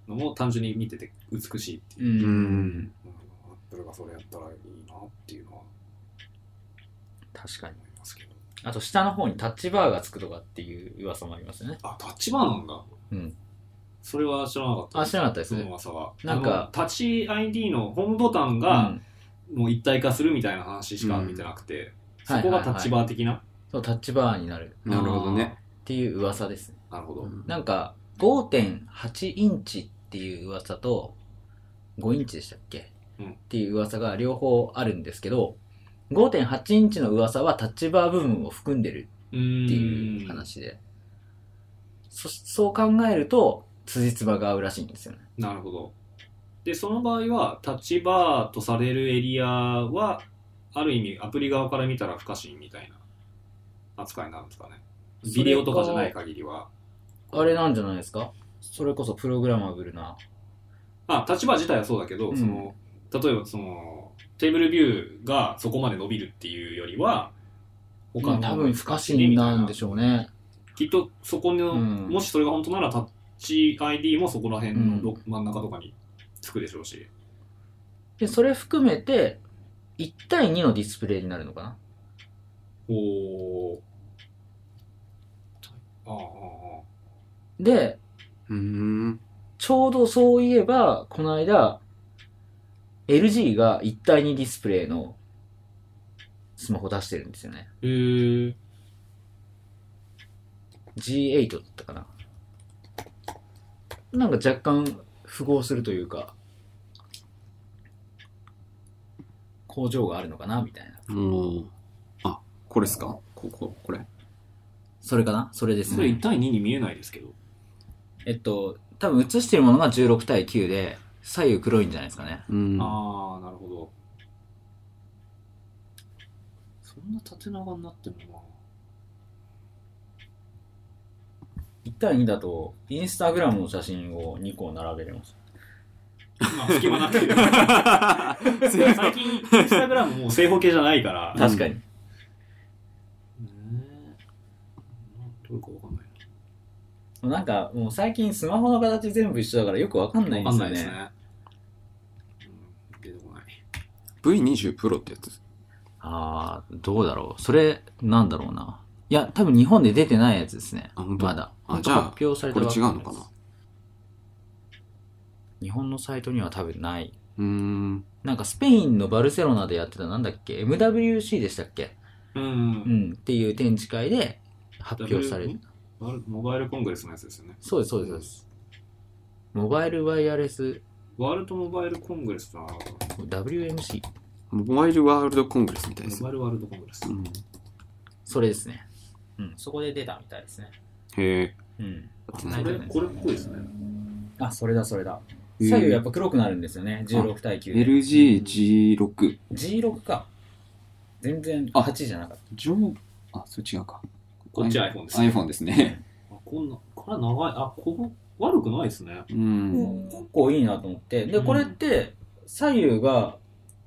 S3: のも単純に見てて美しいっていうう、
S2: うんん。
S3: うんアップルがそれやったらいいなっていうのは
S1: 確かに。
S3: 思いますけど
S1: あと下の方にタッチバーがつくとかっていう噂もありますよね。
S3: あタッチバーなんだ、
S1: うん
S3: それは知らなかった
S1: あ、知らなかったです
S3: その
S1: ね。
S3: 噂は
S1: なんか
S3: あのタッチ ID のホームボタン
S1: う
S3: が、
S1: ん。
S3: もう一体化するみたいな話しか見てなくて、そこがタッチバー的な、
S1: そう、タッチバーになる
S2: なるほどね。
S1: っていう噂ですね。
S3: なるほど、
S1: なんか、5.8インチっていう噂と、5インチでしたっけ、
S3: うん
S1: っていう噂が両方あるんですけど、5.8インチの噂はタッチバー部分を含んでる
S3: って
S1: っていう話で、そそう考えると、辻褄が合うらしいんですよね。
S3: なるほどでその場合はタッチバーとされるエリアはある意味アプリ側から見たら不可侵みたいな扱いになるんですかねビデオとかじゃない限りは
S1: あれなんじゃないですかそれこそプログラマブルな。
S3: あタッチバー自体はそうだけど、
S1: うん
S3: その例えばそのテーブルビューがそこまで伸びるっていうよりは他
S1: まあ
S3: の
S1: 多分不可侵なんでしょうね。
S3: きっとそこの、
S1: うん
S3: もしそれが本当ならタッチ ID もそこら辺のど、
S1: う
S3: 真ん中とかにつくでしょうし
S1: で、それ含めて、1対2のディスプレイになるのかな
S3: おーあああああ
S1: で、
S2: うん。
S1: ちょうどそういえば、この間、LG が1対2ディスプレイのスマホ出してるんですよね。
S3: へえ
S1: G8 だったかな。なんか若干符合するというか、工場があるのかなみたいな。
S2: おあ、これですかここ、これ。
S1: それかなそれです
S3: それ
S1: ね
S3: 1。対2に見えないですけど
S1: えっと、多分映してるものが16対9で、左右黒いんじゃないですかね。
S2: うん。
S3: ああなるほどそんな縦長になってるのか
S1: 1対2だと、インスタグラムの写真を2個並べれます。
S3: な隙間なく 最近インスタグラムもう正方形じゃないから
S1: 確かに。
S3: ねえどういうかわかんない
S1: なんかもう最近スマホの形全部一緒だからよくわかんないん
S3: わ
S1: で
S3: か
S1: す
S3: んな
S1: よ
S3: いです
S1: ね。
S3: ね。うん、出てこない。
S2: V20 Pro ってやつ。
S1: ああ、どうだろう。それ、なんだろうな。いや、多分日本で出てないやつですね。
S2: あ本当
S1: まだ。
S2: あじゃあ
S1: 発表され
S2: こ
S1: た
S2: れ
S1: ばっ
S2: 違
S1: か
S2: う
S1: り
S2: のか
S1: で
S2: な
S1: す日本のサイトには多分ない。
S2: うーん。
S1: なんかスペインのバルセロナでやってたなんだっけ ?MWC でしたっけ
S3: う。
S1: うんん。っていう展示会で発表される
S3: W- ん。バルモバイルコングレスのやつですよね。
S1: そうです、そうです、そうです。モバイルワイヤレス
S3: ワールドモバイルコングレスだな。モ
S1: WMC。
S2: モバイルワールドコングレスみたいです
S3: バ。イルワールドコングレス
S2: う。ん、
S1: それですね。うん。そこで出たみたいですね。
S2: へえ。
S1: うん。
S3: これ、これっぽいですね。
S1: あ、それだ、それだ。
S2: えー
S1: 左右やっぱ黒くなるんですよね。16対9で。
S2: LG16。
S1: G6 か。全然、
S2: あ
S1: 8じゃなかった。
S2: ジョー、あ、それ違うか。
S3: こっち iPhone ですね
S2: iPhone です ね。
S3: あこんな、これは長い。あ、ここ、悪くないですね。
S2: うん。
S1: 結構いいなと思って。で、
S3: うん
S1: これって、左右が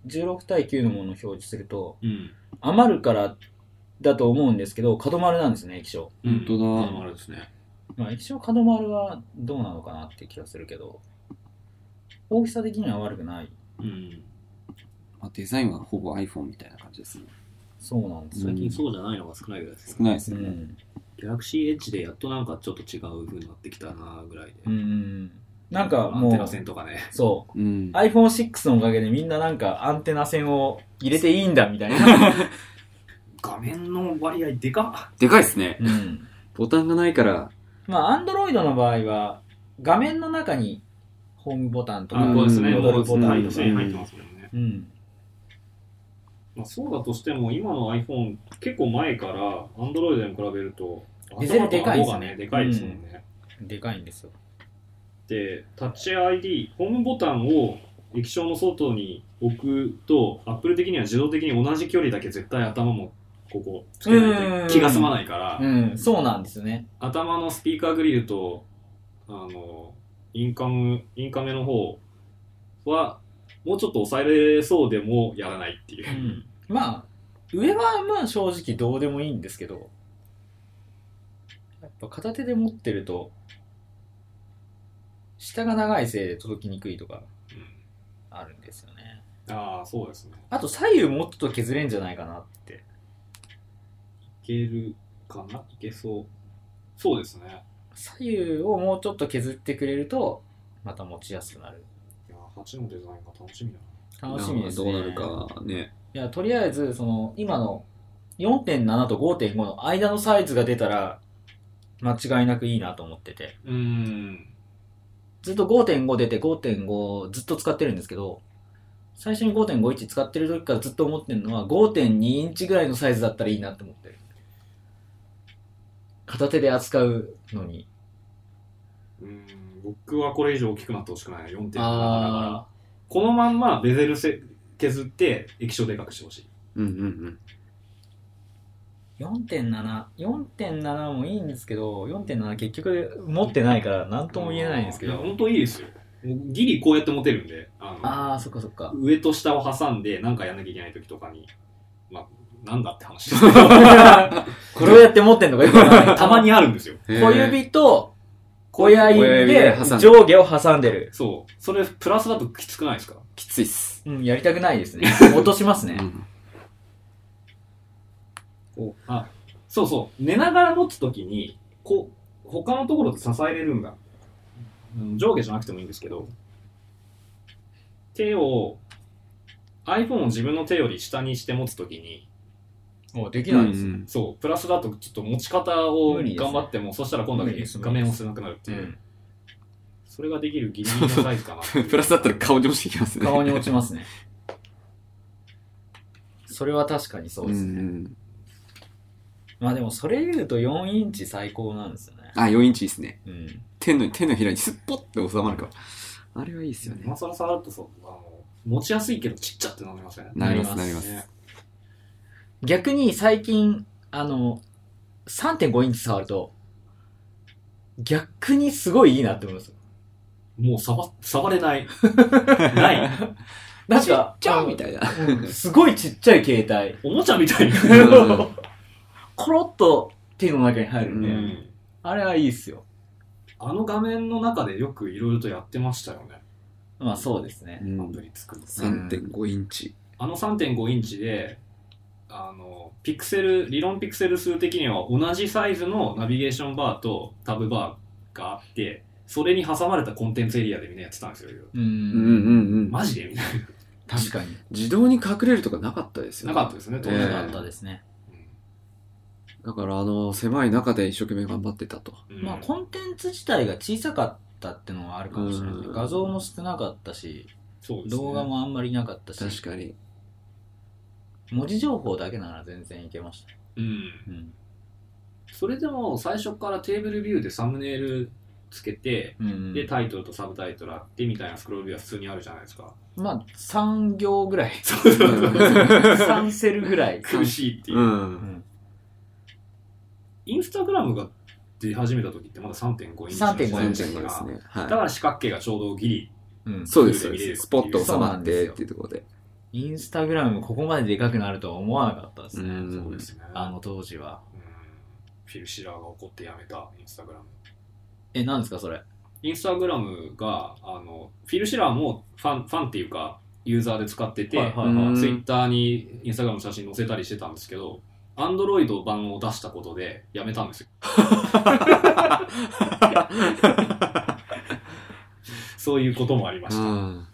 S1: 16対9のものを表示すると、
S3: うん。
S1: 余るからだと思うんですけど、角丸なんですね、液晶。
S2: 本当だ
S3: うんあれですね。
S1: まあ、液晶角丸はどうなのかなって気がするけど、大きさ的には悪くない。
S3: うん。
S2: まあ、デザインはほぼ iPhone みたいな感じですね。
S1: そうなんですよ。
S3: 最近そうじゃないのが少ないぐらいです
S2: 少
S3: ね。
S2: ないです
S1: う
S2: ね。
S1: ん。
S3: ギャラクシーエッジでやっとなんかちょっと違う風になってきたなぐらいで。
S1: うんうん。なんか
S3: アン
S1: も
S3: テ
S1: う
S3: ナ、線とかね。
S1: そう。
S2: うん。
S1: iPhone6 のおかげでみんななんかアンテナ線を入れていいんだみたいな。
S3: 画面の割合でかっ
S2: でかいですね。
S1: うん。
S2: ボタンがないから、
S1: まあ、Android の場合は画面の中にホームボタンとか、
S2: あ
S3: こうですね。
S1: 戻る
S3: も
S1: ボ
S3: う
S1: タ
S3: 入
S1: ン
S3: っ
S1: と
S3: て
S1: か。
S2: うん
S3: ますもんね。
S1: うん。
S3: まあ、そうだとしても、今の iPhone、結構前から、Android でも比べると、
S1: いずれでかいですね
S3: 頭と顎がね、でかいですもんね。
S1: でかいんですよ。
S3: で、タッチ ID、ホームボタンを液晶の外に置くと、Apple 的には自動的に同じ距離だけ絶対頭もここつけないと気が済まないから、
S1: うん、そうなんですよね。
S3: 頭のスピーカーグリルと、あの、インカム、インカメの方は、もうちょっと抑えれそうでもやらないっていう
S1: う。ん。まあ、上はまあ正直どうでもいいんですけど、やっぱ片手で持ってると、下が長いせいで届きにくいとかあるんですよね。
S3: ああ、そうですね。
S1: あと左右もうちょっと削れんじゃないかなって。
S3: いけるかないけそう。そうですね。
S1: 左右をもうちょっと削ってくれるとまた持ちやすくなる
S3: いや、8のデザインが楽しみだな。
S1: 楽しみですね
S2: どうなるかね。
S1: いやとりあえずその今の4.7と5.5の間のサイズが出たら間違いなくいいなと思ってて
S3: うーん。
S1: ずっと5.5出て5.5ずっと使ってるんですけど最初に5.51使ってる時からずっと思ってるのは5.2インチぐらいのサイズだったらいいなって思ってる片手で扱うのに
S3: うーん僕はこれ以上大きくなってほしくない。4.7だから。このまんまベゼルせ削って液晶でかくしてほしい。
S2: うんうん
S1: 4.7 4.7もいいんですけど4.7結局持ってないから何とも言えないんですけ
S3: いや
S1: ど
S3: 本当いいですよ。もうギリこうやって持てるんで、あ
S1: ああそっかそっか
S3: の上と下を挟んでなんかやんなきゃいけない時とかに、まあ、なんだって話です
S1: これをやって持って んのかよくわかんない
S3: たまにあるんですよ。
S2: うん。へえ
S1: 小。指と小親指
S2: 親指
S1: で
S2: で挟んで
S1: 上下を挟んでる
S3: そう。それプラスだときつくないですか
S2: きついっす。
S1: うんやりたくないですね落とします
S2: う
S1: ね
S2: ん
S3: こうあそうそう寝ながら持つときにこう他のところで支えれるんだ、うん、上下じゃなくてもいいんですけど手を iPhone を自分の手より下にして持つときに
S1: もうでき
S2: う
S1: ないですね
S2: ん
S3: そうプラスだとちょっと持ち方を
S1: 無理です
S3: 頑張っても、そしたら今度は
S1: 無理です
S3: 画面を押せなくなるって
S1: う
S3: いう、
S1: ん
S3: それができるギリギリのサイズかなってい う
S2: プラスだったら顔に落ちてきますね。
S1: 顔に落ちますねそれは確かにそうです
S2: うん
S1: ね
S2: うん
S1: まあでもそれ言うと4インチ最高なんですよね
S2: あ、4インチですね。
S1: うん
S2: 手の、手のひらにスッポッて収まるから。あれはいいっすよね
S3: 今。更触るとそうあの持ちやすいけどちっちゃってなりません
S2: なります、
S1: な
S2: な
S1: り
S2: り
S1: ま
S2: ます。
S3: ね
S1: 逆に最近、あの、3.5インチ触ると、逆にすごいいいなって思います。
S3: もう触触れないない
S1: なんか、
S2: ちゃーみたいな。
S1: あのうんすごいちっちゃい携帯。
S3: おもちゃみたいに
S2: うん
S1: コロッと手の中に入るんで、
S2: うん
S1: あれはいいっすよ。
S3: あの画面の中でよくいろいろとやってましたよね。
S1: まあそうですね。
S2: う
S3: ア
S2: ん
S3: プリ作る。
S2: 3.5インチ。
S3: あの3.5インチで、あの、ピクセル、理論ピクセル数的には同じサイズのナビゲーションバーとタブバーがあって、それに挟まれたコンテンツエリアでみんなやってたんですよ。いろいろ
S1: う
S2: うんうん
S1: ん。
S2: うん。
S3: マジでみたい
S1: 確かに。
S2: 自動に隠れるとかなかったですよ
S3: な。
S2: ね。
S3: なかったですね、当
S2: え
S3: 時
S2: え
S1: な
S3: は
S1: かったですね。
S2: だから、あの、狭い中で一生懸命頑張ってたと。
S3: うん
S1: まあ、コンテンツ自体が小さかったってのはあるかもしれない
S2: うん。
S1: 画像も少なかったし、
S3: そうですね
S1: 動画もあんまりなかった
S2: 確
S1: し、
S2: かに。
S1: 文字情報だけなら全然いけました。
S3: うん。
S1: うん。
S3: それでも最初からテーブルビューでサムネイルつけて、
S1: うん
S3: で、タイトルとサブタイトルあってみたいなスクロールビューは普通にあるじゃないですか。
S1: まあ、3行ぐらい。
S3: そうそうそう
S1: 3セルぐらい。
S3: 苦しいっていう。
S2: う。
S1: うんん。
S3: インスタグラムが出始めた時ってまだ3.5インチ
S1: 3.5
S2: 全
S1: イ
S2: 然
S1: ン
S2: で
S1: チ
S2: すね。
S3: ね。だか
S2: は
S3: ら四角形がちょうどギリ。
S1: うん
S2: い。。そうです、
S3: ツ
S2: そ
S3: ー
S2: う
S3: ルで見れる
S2: です。スポッと収まっ
S1: そうなんです
S2: て
S1: よ
S2: っていうところで。
S1: インスタグラムもここまででかくなるとは思わなかったですね。
S2: うん
S3: そうですね。
S1: あの当時は。
S3: うんフィルシラーが怒ってやめたインスタグラム。
S1: え、なんですかそれ。
S3: インスタグラムが、あの、フィルシラーもファン、ファンっていうか、ユーザーで使ってて、
S1: はいはい
S2: はい
S3: ツイッターにインスタグラムの写真載せたりしてたんですけど、アンドロイド版を出したことでやめた んですよ。そういうこともありま
S2: う
S3: した。
S2: ん。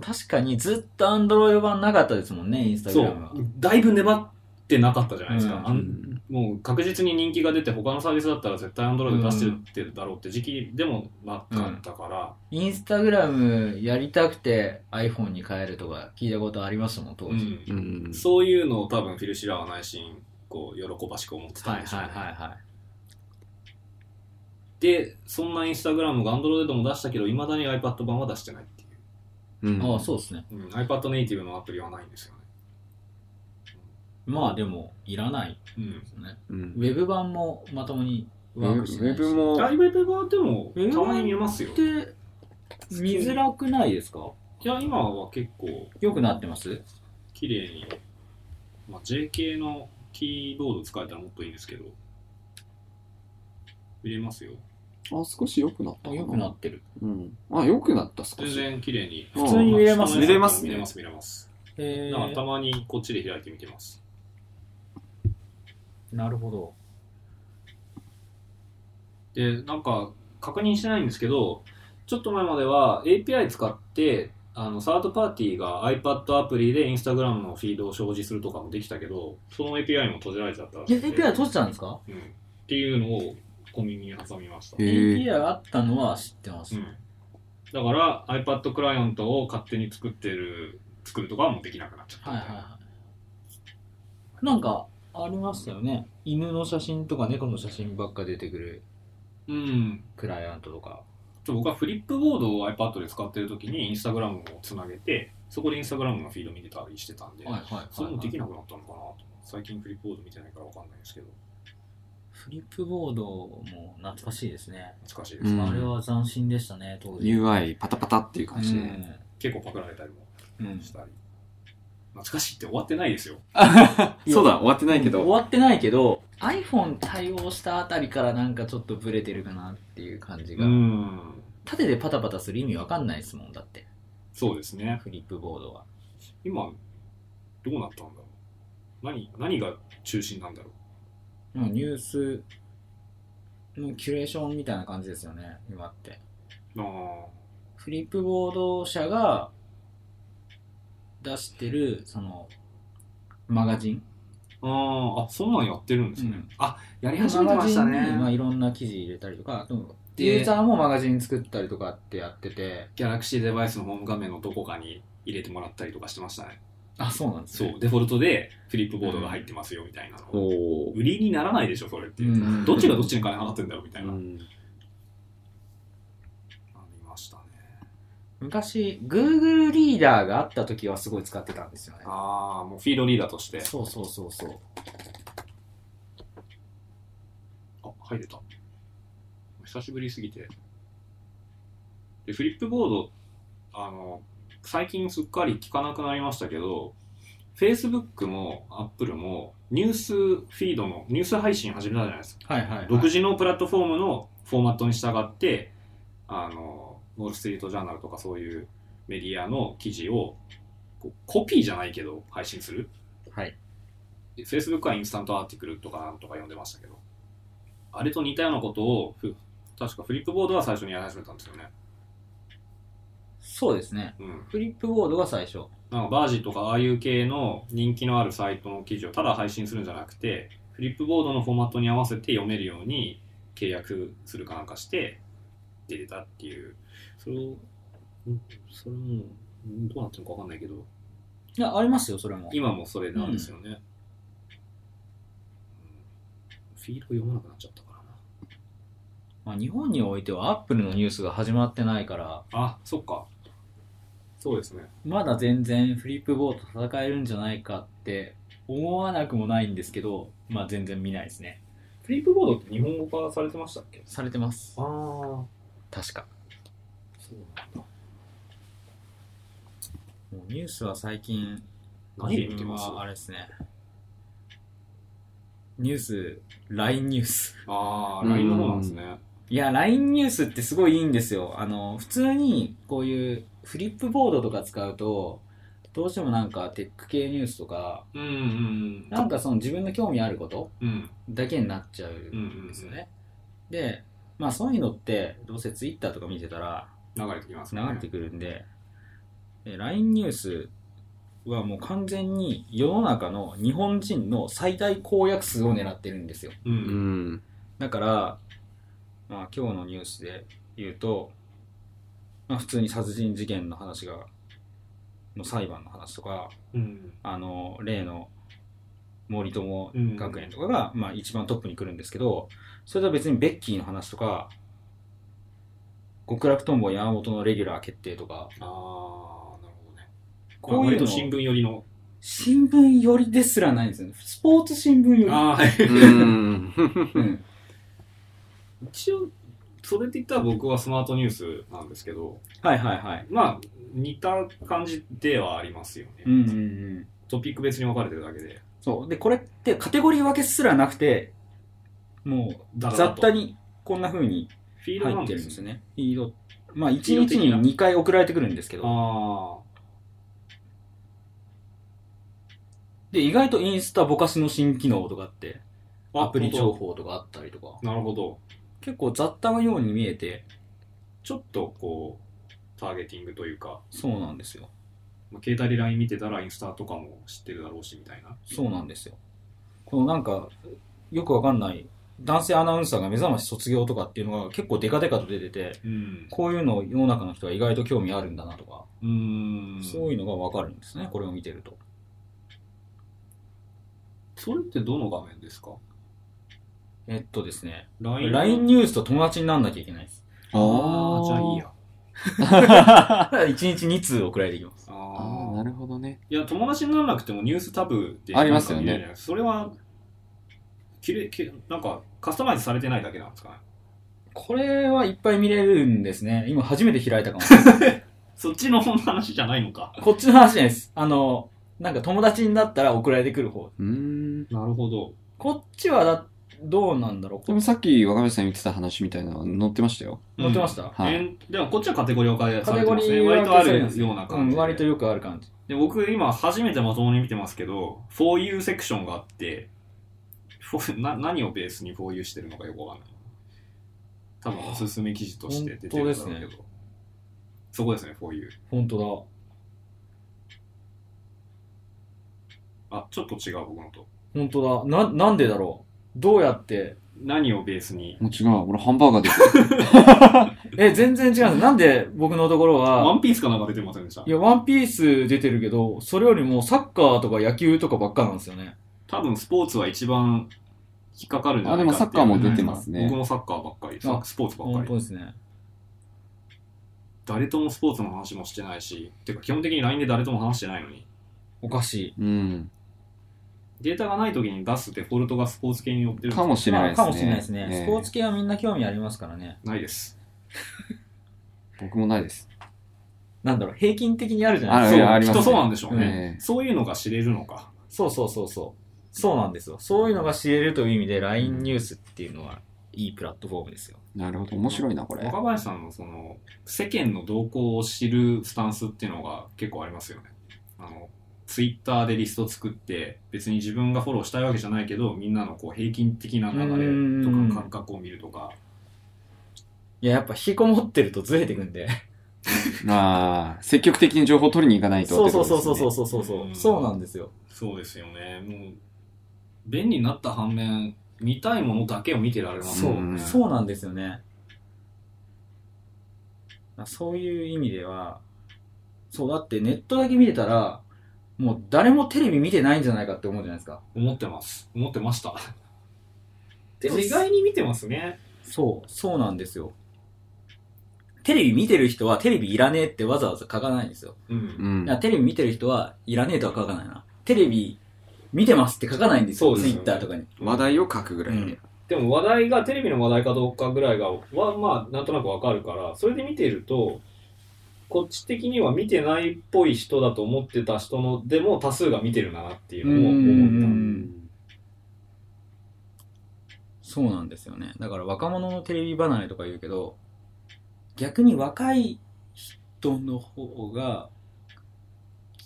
S1: 確かにずっとアンドロイド版なかったですもんね、インスタグ
S3: そ
S1: ラムは
S3: う。、だいぶ粘ってなかったじゃないですか。
S1: うん
S3: あんもう確実に人気が出て、他のサービスだったら絶対アンドロイド出してるってだろうって時期でもなかったから、
S1: インスタグラムやりたくて iPhone に変えるとか聞いたことありましたもん、当
S3: う
S1: 時。
S3: ん
S2: うん。
S3: そういうのを多分フィルシラーは内心こう喜ばしく思ってた
S1: は
S3: ん
S1: い
S3: でしょう
S1: は
S3: ね、
S1: いはいはい。
S3: でそんなインスタグラムが Android でも出したけどいまだに iPad 版は出してないってい
S2: うん
S1: ああ、そうですね。
S3: う、うん、iPad ネイティブのアプリはないんですよね、
S1: まあでも、いらない
S3: うん
S1: ですね。
S2: うん
S1: ウェブ版もまともに
S2: ウ
S1: ワー
S2: ェ
S1: クしてないし。
S2: ブも、
S3: ライブ版でも
S1: うん
S3: たまに見えますよ
S1: って見づらくないですか
S3: いや今は結構
S1: 良くなってます
S3: 綺麗に、まあ、JK のキーボード使えたらもっといいんですけど見れますよ
S2: あ、少し良くなった
S1: あ
S2: か。
S1: 良くなってる。
S2: うん。あ、良くなった、少
S3: 全
S2: し。
S3: 然綺麗に
S2: 普
S1: 通に見れますね
S3: あ
S2: 見れますね
S3: 見れます見れます
S1: え
S3: だからたまにこっちで開いてみてます
S1: なるほど。
S3: でなんか確認してないんですけどちょっと前までは API 使ってあのサードパーティーが iPad アプリで Instagram のフィードを表示するとかもできたけどその API も閉じられちゃったら
S1: い
S3: し
S1: や、
S3: くて
S1: API 閉じたんですか
S3: うん、っていうのを小耳に挟みました、
S2: へえ
S1: ?API あったのは知ってま
S3: う
S1: す。
S3: ん、だから iPad クライアントを勝手に作ってる作るとかはもうできなくなっちゃった
S1: はいはいはい。なんか、ありましたよね。犬の写真とか猫の写真ばっか出てくる
S3: うん
S1: クライアントとか。
S3: ちょ僕はフリップボードを iPad で使ってる時に Instagram をつなげてそこで Instagram のフィード見てたりしてたんで、
S1: いはい、
S3: それもできなくなったのかなと思って最近フリップボード見てないからわかんないですけど
S1: フリップボードも懐かしいですね。
S3: 難しいです、
S2: うん
S1: あれは斬新でしたね、当時。
S2: UI パタパタっていう感じで。
S3: 結構パクられたりも
S1: うんうん
S3: したり、懐かしいって終わってないですよ
S2: そうだ、終わってないけ
S1: 終
S2: ど。
S1: わってないけど、iPhone 対応したあたりからなんかちょっとブレてるかなっていう感じが。
S3: ん
S1: 縦でパタパタする意味わかんないですもん、だって。
S3: そうですね
S1: フリップボードは。
S3: 今どうなったんだろう何何が中心なんだろ
S1: まあニュースのキュレーションみたいな感じですよね、今って。
S3: うあ
S1: フリップボード社が出してるそのマガジン
S3: ーあーあそんなんやってるんですね、
S1: うん
S3: あやり始めてました
S1: マガジンにまあ
S3: ね
S1: いろんな記事入れたりとかでも
S3: で
S1: ユーザーもマガジン作ったりとかってやってて
S3: ギャラクシーデバイスのホーム画面のどこかに入れてもらったりとかしてましたね
S1: あそうなんです
S3: そ
S1: ね
S3: うデフォルトでフリップボードが入ってますよみたいなのを
S2: おー
S3: 売りにならないでしょそれって、
S1: うん
S3: どっちがどっちに金払ってんだろうみたいな、
S2: う
S3: あ
S2: ん
S3: りましたね
S1: 昔 Google リーダーがあった時はすごい使ってたんですよね
S3: ああもうフィードリーダーとして
S1: そうそうそうそう
S3: あ入れた久しぶりすぎてでフリップボードあの最近すっかり聞かなくなりましたけど Facebook も Apple もニュースフィードのニュース配信始めたじゃないですか
S1: はいはい、
S3: 独自のプラットフォームのフォーマットに従ってあのウォール・ストリート・ジャーナルとかそういうメディアの記事をこうコピーじゃないけど配信する
S1: はい
S3: で Facebook はインスタントアーティクルとかなんとか呼んでましたけどあれと似たようなことをふ確かフリップボードは最初にやり始めたんですよね。
S1: そうですね。
S3: うん。
S1: フリップボードが最初。
S3: なんかバージーとかああいう系の人気のあるサイトの記事をただ配信するんじゃなくて、フリップボードのフォーマットに合わせて読めるように契約するかなんかして出てたっていう。それを、うんそれも、うんどうなってるのかわかんないけど、
S1: いや、ありますよ、それも。
S3: 今もそれなんですよね。うんフィールド読まなくなっちゃったからな。
S1: まあ、日本においてはアップルのニュースが始まってないから、
S3: あ、そっか。そうですね。
S1: まだ全然フリップボード戦えるんじゃないかって思わなくもないんですけど、まあ全然見ないですね。
S3: フリップボードって日本語化されてましたっけ
S1: されてます。
S3: ああ、そ
S1: 確か。
S3: うなんだ。
S1: もうニュースは最近、
S3: 何で見てます
S1: 自分はあれですね。ニュース、LINE ニュース。
S3: ああ、
S2: うん
S3: LINE の方なんですね。
S1: いや、LINE ニュースってすごいいいんですよ。あの、普通にこういうフリップボードとか使うと、どうしてもなんかテック系ニュースとか、
S3: うんうん
S1: なんかその自分の興味あること
S3: うん。うん
S1: だけになっちゃう
S3: うんん
S1: ですよね。で、まあそういうのって、どうせ Twitter とか見てたら
S3: 流れてきます
S1: 流
S3: ね。
S1: れてくるんで、で LINE ニュースはもう完全に世の中の日本人の最大公約数を狙ってるんですよ。
S3: う。
S2: うんん。
S1: だから、まあ、今日のニュースで言うと、まあ、普通に殺人事件の話がの裁判の話とか
S3: うん。
S1: あの例の森友学園とかが、まあ、一番トップに来るんですけどそれとは別にベッキーの話とか極楽とんぼ山本のレギュラー決定とか
S3: ああ、なるほどね。
S1: こういう
S3: 割
S1: の
S3: と新聞寄りの。
S1: 新聞寄りですらないんですよねスポーツ新聞寄り、
S3: ああ、はい。
S2: うん。
S1: うん、
S3: 一応、それで言ったら僕はスマートニュースなんですけど、
S1: はいはいはい
S3: まあ、似た感じではありますよね。
S1: うんうんうん
S3: トピック別に分かれてるだけで。
S1: そう。で、これってカテゴリー分けすらなくて、もう
S3: だらだ
S1: 雑
S3: らと
S1: 多にこんな風に
S3: フィールドな
S1: 入
S3: ん
S1: って
S3: で
S1: るん
S3: す
S1: で
S3: ね
S1: すよね。いい色。まあ、
S3: 色
S1: 1
S3: 的
S1: 日
S3: な
S1: に2回送られてくるんですけど、
S3: あ
S1: で、意外とインスタぼかしの新機能とかって、
S3: あ。
S1: アプリ情
S3: 報。
S1: 報とかあったりとか、
S3: なるほど。
S1: 結構雑多のように見えて、
S3: ちょっとこう、ターゲティングというか、
S1: そうなんですよ。
S3: まあ携帯で LINE 見てたらインスタとかも知ってるだろうしみたいな。
S1: そうなんですよ。このなんか、よくわかんない、男性アナウンサーが目覚まし卒業とかっていうのが結構デカデカと出てて、
S3: うん。
S1: こういうのを世の中の人は意外と興味あるんだなとか、
S3: うーん。
S1: そういうのがわかるんですね、これを見てると。
S3: それってどの画面ですか
S1: えっとですね、
S3: ?LINE?
S1: LINE ニュースと友達になんなきゃいけないです。
S3: ああ、じゃあいいや。
S1: 1日2通送られてきます。
S2: ああ、
S3: ああ
S2: な。るほどね。
S3: いや、友達にならなくてもニュースタブで。
S2: ありますよね
S3: なんか見れるじゃないですかそれは、きれきなんか、カスタマイズされてないだけなんですかね。
S1: これはいっぱい見れるんですね。今初めて開いたかもしれない。
S3: そっちの話じゃないのか。
S1: こっちの話じゃないです。あの、なんか友達になったら送られてくる方。
S2: うーん。
S3: なるほど。
S1: こっちはだ、どうなんだろう
S2: で
S1: こ
S2: もさっき若林さん言ってた話みたいなの載ってましたよ。
S1: 載ってました、
S2: はい
S3: えんでもこっちはカテゴリーを変え
S1: カ
S3: され
S1: テ
S3: て
S1: ゴ
S3: ま
S1: リ
S3: す
S1: ー
S3: ね。割とあ
S1: 分け
S3: る
S1: されてます
S3: ような
S1: う
S3: 感
S1: ん、
S3: じで。
S1: 割とよくある感じ。
S3: で僕今初めてまともに見てますけど、For You セクションがあって、for- な何をベースに For You してるのかよくわかんない。多分おすすめ記事として出てるんだろう
S1: 本当
S3: けど
S1: で。
S3: そこですね、For You。
S1: 本当
S3: あ、ちょっと違う僕のと。
S1: だ。本当だ。な、なんでだろうどうやって。
S3: 何をベースに。
S2: もう違う。俺ハンバーガー出てる。
S1: え、全然違うんです。なんで僕のところは。
S3: ワンピースかなんか出てませんでした
S1: いや、ワンピース出てるけど、それよりもサッカーとか野球とかばっかなんですよね。
S3: 多分スポーツは一番引っかかるんじゃない
S2: あでも
S3: かっていう
S2: サッカーも出てますね
S3: 僕もサッカーばっかり、
S1: あ
S3: スポーツば
S1: 本
S3: っか
S1: 当
S3: り。
S1: ですね。
S3: 誰ともスポーツの話もしてないし、てか基本的に LINE で誰とも話してないのに。
S1: おかし
S2: うん。
S3: データがない時に出すデフォルトがスポーツ系に寄ってるんです
S2: かも
S1: い。
S2: しれないですね。
S1: まあかもしれないですね。
S2: ええ
S1: スポーツ系はみんな興味ありますからね。
S3: ないです。
S2: 僕もないです。
S1: なんだろう、平均的にあるじゃない
S2: あ
S1: ですか。
S2: る
S3: そう
S2: いやあります
S3: き
S2: ね
S3: っとそうなんでしょう
S2: え
S3: ね。
S2: え
S3: そういうのが知れるのか。
S1: そうそうそうそう。そうなんですよ。そういうのが知れるという意味で、LINE ニュースっていうのはいいプラットフォームですよ。
S2: なるほど。面白いな、これ。
S3: 若林さんのその、世間の動向を知るスタンスっていうのが結構ありますよね。あの、ツイッターでリスト作って、別に自分がフォローしたいわけじゃないけど、みんなのこう平均的な流れと
S1: うーん
S3: か感覚を見るとか、
S1: いや、やっぱ引きこもってるとずれてくんで。
S2: ああ、積極的に情報を取りに行かないと
S1: そう
S2: って
S1: そ
S2: こ
S1: う
S2: と
S1: そう
S2: です
S1: そう
S2: ね
S1: そうそうそうそううんそうなんですよ。
S3: そうですよね。もう、便利になった反面、見たいものだけを見てられます
S1: そ
S3: もん
S1: う、
S3: ね。
S1: そうなんですよね。そういう意味では、そう、だってネットだけ見てたら、もう誰もテレビ見てないんじゃないかって思うじゃないですか。
S3: 思ってます。思ってました。でも
S1: 実
S3: 意外に見てますね。
S1: そう、そうなんですよ。テレビ見てる人はテレビいらねえってわざわざ書かないんですよ。
S3: う。
S2: うんん
S1: いやテレビ見てる人はいらねえとは書かないな。テレビ見てますって書かないんですよ、
S3: そう
S1: ツ
S3: で
S1: イ
S3: すよ
S1: ッターとかに。
S2: 話題を書くぐらいで。
S3: でも話題が、テレビの話題かどうかぐらいが、は、まあ、なんとなくわかるから、それで見ていると、こっち的には見てないっぽい人だと思ってた人の、でも多数が見てるんだなっていうのを
S1: う
S3: 思っ
S1: んそうなんですよね。だから若者のテレビ離れとか言うけど、逆に若い人の方が、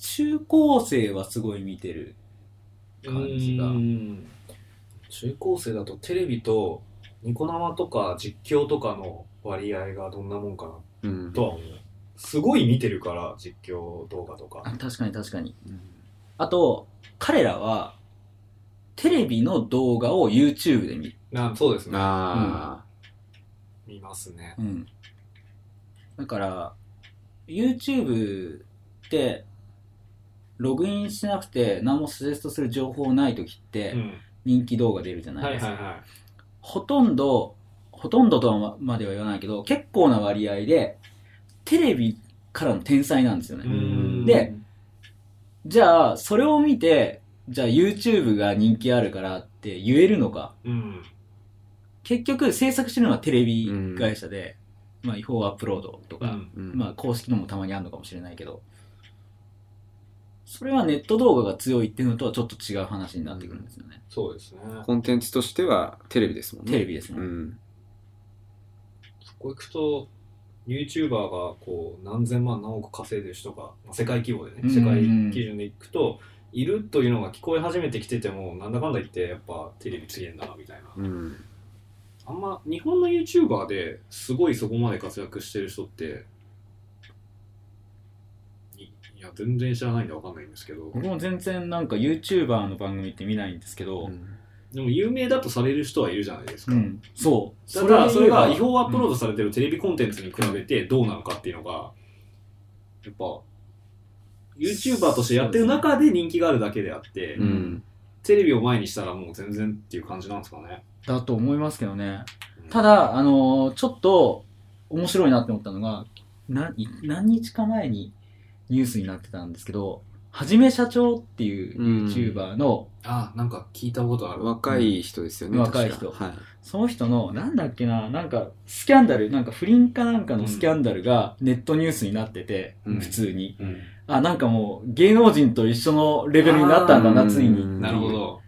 S1: 中高生はすごい見てる
S3: た
S1: 感じが。
S3: うん中高生だとテレビとニコ生とか実況とかの割合がどんなもんかな
S2: うん
S3: とは思う。すごい見てるから、実況動画とか。
S1: あ確かに確かに。あと、彼らは、テレビの動画を YouTube で見る。
S3: あそうですね。
S2: あ
S3: 見ますね。
S1: うん。だから、YouTube って、ログインしなくて何もスレストする情報ない時って、
S3: うん。
S1: 人気動画出るじゃな
S3: はいい
S1: で
S3: は
S1: す
S3: い
S1: か。
S3: は
S1: ほとんど、ほとんどとはまでは言わないけど、結構な割合で、テレビからの天才なんですよ
S3: い。
S1: ね。
S2: ん
S1: で、じゃあ、それを見て、じゃあ YouTube が人気あるからって言えるのか。
S3: うん。
S1: 結局、制作してるのはテレビ会社で、まあ、違法アップロードと
S3: う
S1: か、
S3: ん。
S2: うん
S1: まあ、公式のもたまにあるのかもしれないけど、それはネット動画が強いっていうのとはちょっと違う話になってくるんですよね。
S3: そうですね。
S2: コンテンツとしてはテレビですもんね。
S1: テレビですね。
S2: うん。
S3: そこ行くと、YouTuber がこう何千万何億稼いでる人が、まあ世界規模で
S1: うん
S3: ね、世界基準で行くと、いるというのが聞こえ始めてきてても、なんだかんだ言って、やっぱテレビつげんだなみたい
S2: う
S3: な。
S2: ん。
S3: あんま日本の YouTuber ですごいそこまで活躍してる人っていいや全然知らないんでわかんないんですけど
S1: 僕も全然なんか YouTuber の番組って見ないんですけど、
S3: でも有名だとされる人はいるじゃないです
S1: う
S3: か、
S1: ん、そう。
S3: ただそれが
S1: で
S3: 違
S1: 言えば
S3: 法アップロードされてるテレビコンテンツに比べてどうなのかっていうのがやっぱ YouTuber としてやってる中で人気があるだけであって、
S2: うん。うん
S3: テレビを前にしたらもう全然っていう感じなんですかね
S1: だと思いますけどね。ただ、あのーちょっと面白いなって思ったのが、な何日か前にニュースになってたんですけど、はじめ社長っていう
S2: うん
S1: YouTuber の、
S3: あなんか聞いたことある
S2: 若い人ですよね。
S1: うん若い
S2: 確かはい。
S1: その人の、なんだっけな、なんかスキャンダル、なんか不倫かなんかのスキャンダルがネットニュースになってて、
S2: うん
S1: 普通に。
S3: うん
S1: あ、なんかもう芸能人と一緒のレベルになったんだ
S2: あ
S1: な、
S2: ー
S1: ついに。
S3: なるほど、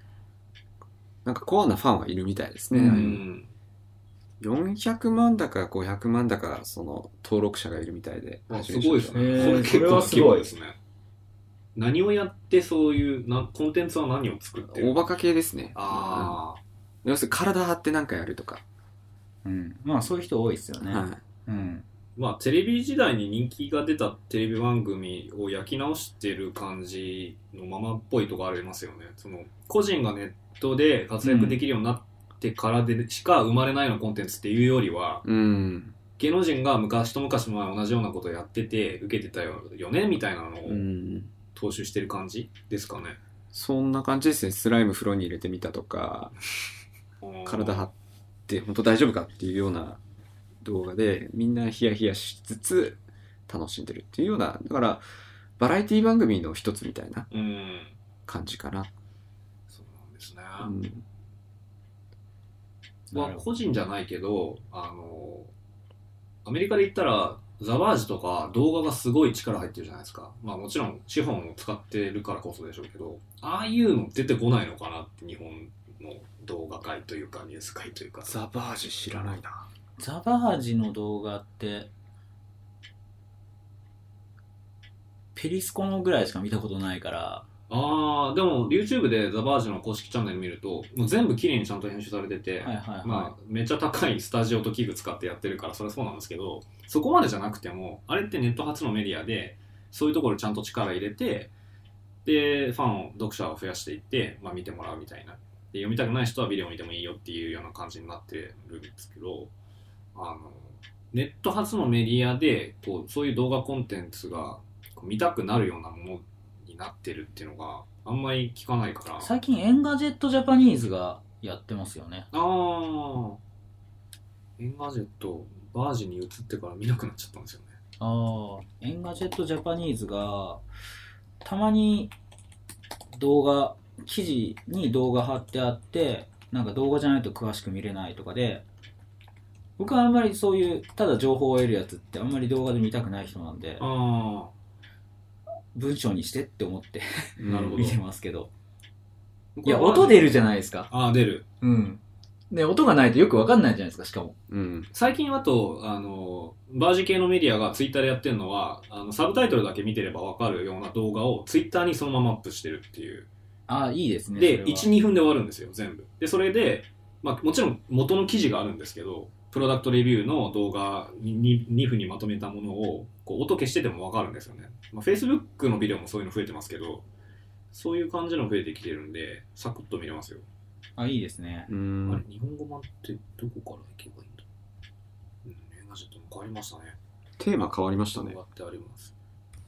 S2: なんかコアなファンはいるみたいですね。
S1: うん
S3: うん
S2: 400万だか500万だか、その登録者がいるみたいで。
S3: あすごいですね。
S1: へー
S3: これ結
S1: そ
S3: 構
S1: れはすごい
S3: ですね。何をやってそういうなコンテンツは何を作ってる
S2: おバカ系ですね。
S3: ああ、
S2: うん要するに体張ってなんかやるとか。
S1: うん。まあそういう人多いですよね。
S2: は
S1: うん。
S3: まあテレビ時代に人気が出たテレビ番組を焼き直してる感じのままっぽいとこありますよね。その個人がネットで活躍できるようになってからでしか生まれないようなコンテンツっていうよりは、
S2: い。うん。
S3: 芸能人が昔と昔前同じようなことやってて受けてたよねみたいなのを
S2: うん。
S3: 踏襲してる感じですかね。
S2: そんな感じですね。スライム風呂に入れてみたとか、体張って本当大丈夫かっていうような動画でみんなヒヤヒヤしつつ楽しんでるっていうようなだからバラエティ番組の一つみたいな
S3: うん。
S2: 感じかな、
S3: そうなんですね。
S2: うん
S3: まあ、個人じゃないけど、あの、アメリカで言ったら、ザバージとか動画がすごい力入ってるじゃないですか。まあもちろん資本を使ってるからこそでしょうけど、ああいうの出てこないのかなって日本の動画界というかニュース界というか。
S2: ザバージ知らないな
S1: ザバージの動画って、ペリスコのぐらいしか見たことないから、
S3: あああ、でも YouTube でザバージの公式チャンネル見ると、もう全部綺麗にちゃんと編集されてて、
S1: はいはいはい。
S3: まあ、めっちゃ高いスタジオと器具使ってやってるから、それはそうなんですけど、そこまでじゃなくても、あれってネット初のメディアで、そういうところちゃんと力入れて、で、ファンを、読者を増やしていって、まあ、見てもらうみたいな。で、読みたくない人はビデオ見てもいいよっていうような感じになってるんですけど、あの、ネット初のメディアで、こう、そういう動画コンテンツが、こう見たくなるようなものになってるっていうのが、あんまり聞かないから。
S1: 最近エンガジェットジャパニーズがやってますよね。
S3: ああ。エンガジェット、バージに移ってから見なくなっちゃったんですよね。
S1: ああ、エンガジェットジャパニーズが、たまに動画、記事に動画貼ってあって、なんか動画じゃないと詳しく見れないとかで、僕はあんまりそういう、ただ情報を得るやつってあんまり動画で見たくない人なんで、
S3: あ
S1: 文章にしてって思って
S3: なるほど
S1: 見てますけど。
S3: あ。
S1: いや、音出るじゃないですか。
S3: ああ、出る。
S1: うん。で、音がないとよくわかんないじゃないですか、しかも。
S2: うん。
S3: 最近あと、あの、バージ系のメディアがツイッターでやってるのは、あの、サブタイトルだけ見てればわかるような動画をツイッターにそのままアップしてるっていう。
S1: ああ、いいですね。
S3: で、
S1: そ
S3: 1、2分で終わるんですよ、全部。で、それで、まあ、もちろん元の記事があるんですけど、プロダクトレビューの動画に 2, 分にまとめたものを、こう、音消しててもわかるんですよね。まあ、Facebook のビデオもそういうの増えてますけど、そういう感じの増えてきてるんで、サクッと見れますよ。
S1: れはあ、いいですね。
S2: う
S3: あれ
S2: ん。、
S3: 日本語版ってどこから行けばいいんだうん、映画ジェットも変わりましたね。
S2: テーマ変わりましたね
S3: 変。わってあります。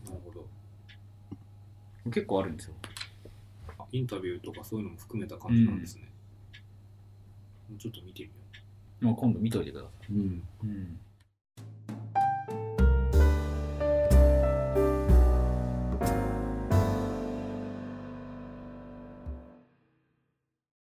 S3: なるほど。
S1: 結構あるんですよ。
S3: あインタビューとかそういうのも含めた感じなんですね。もうちょっと見てみよう。
S1: もう今度見といてください。
S2: うん。
S1: うん。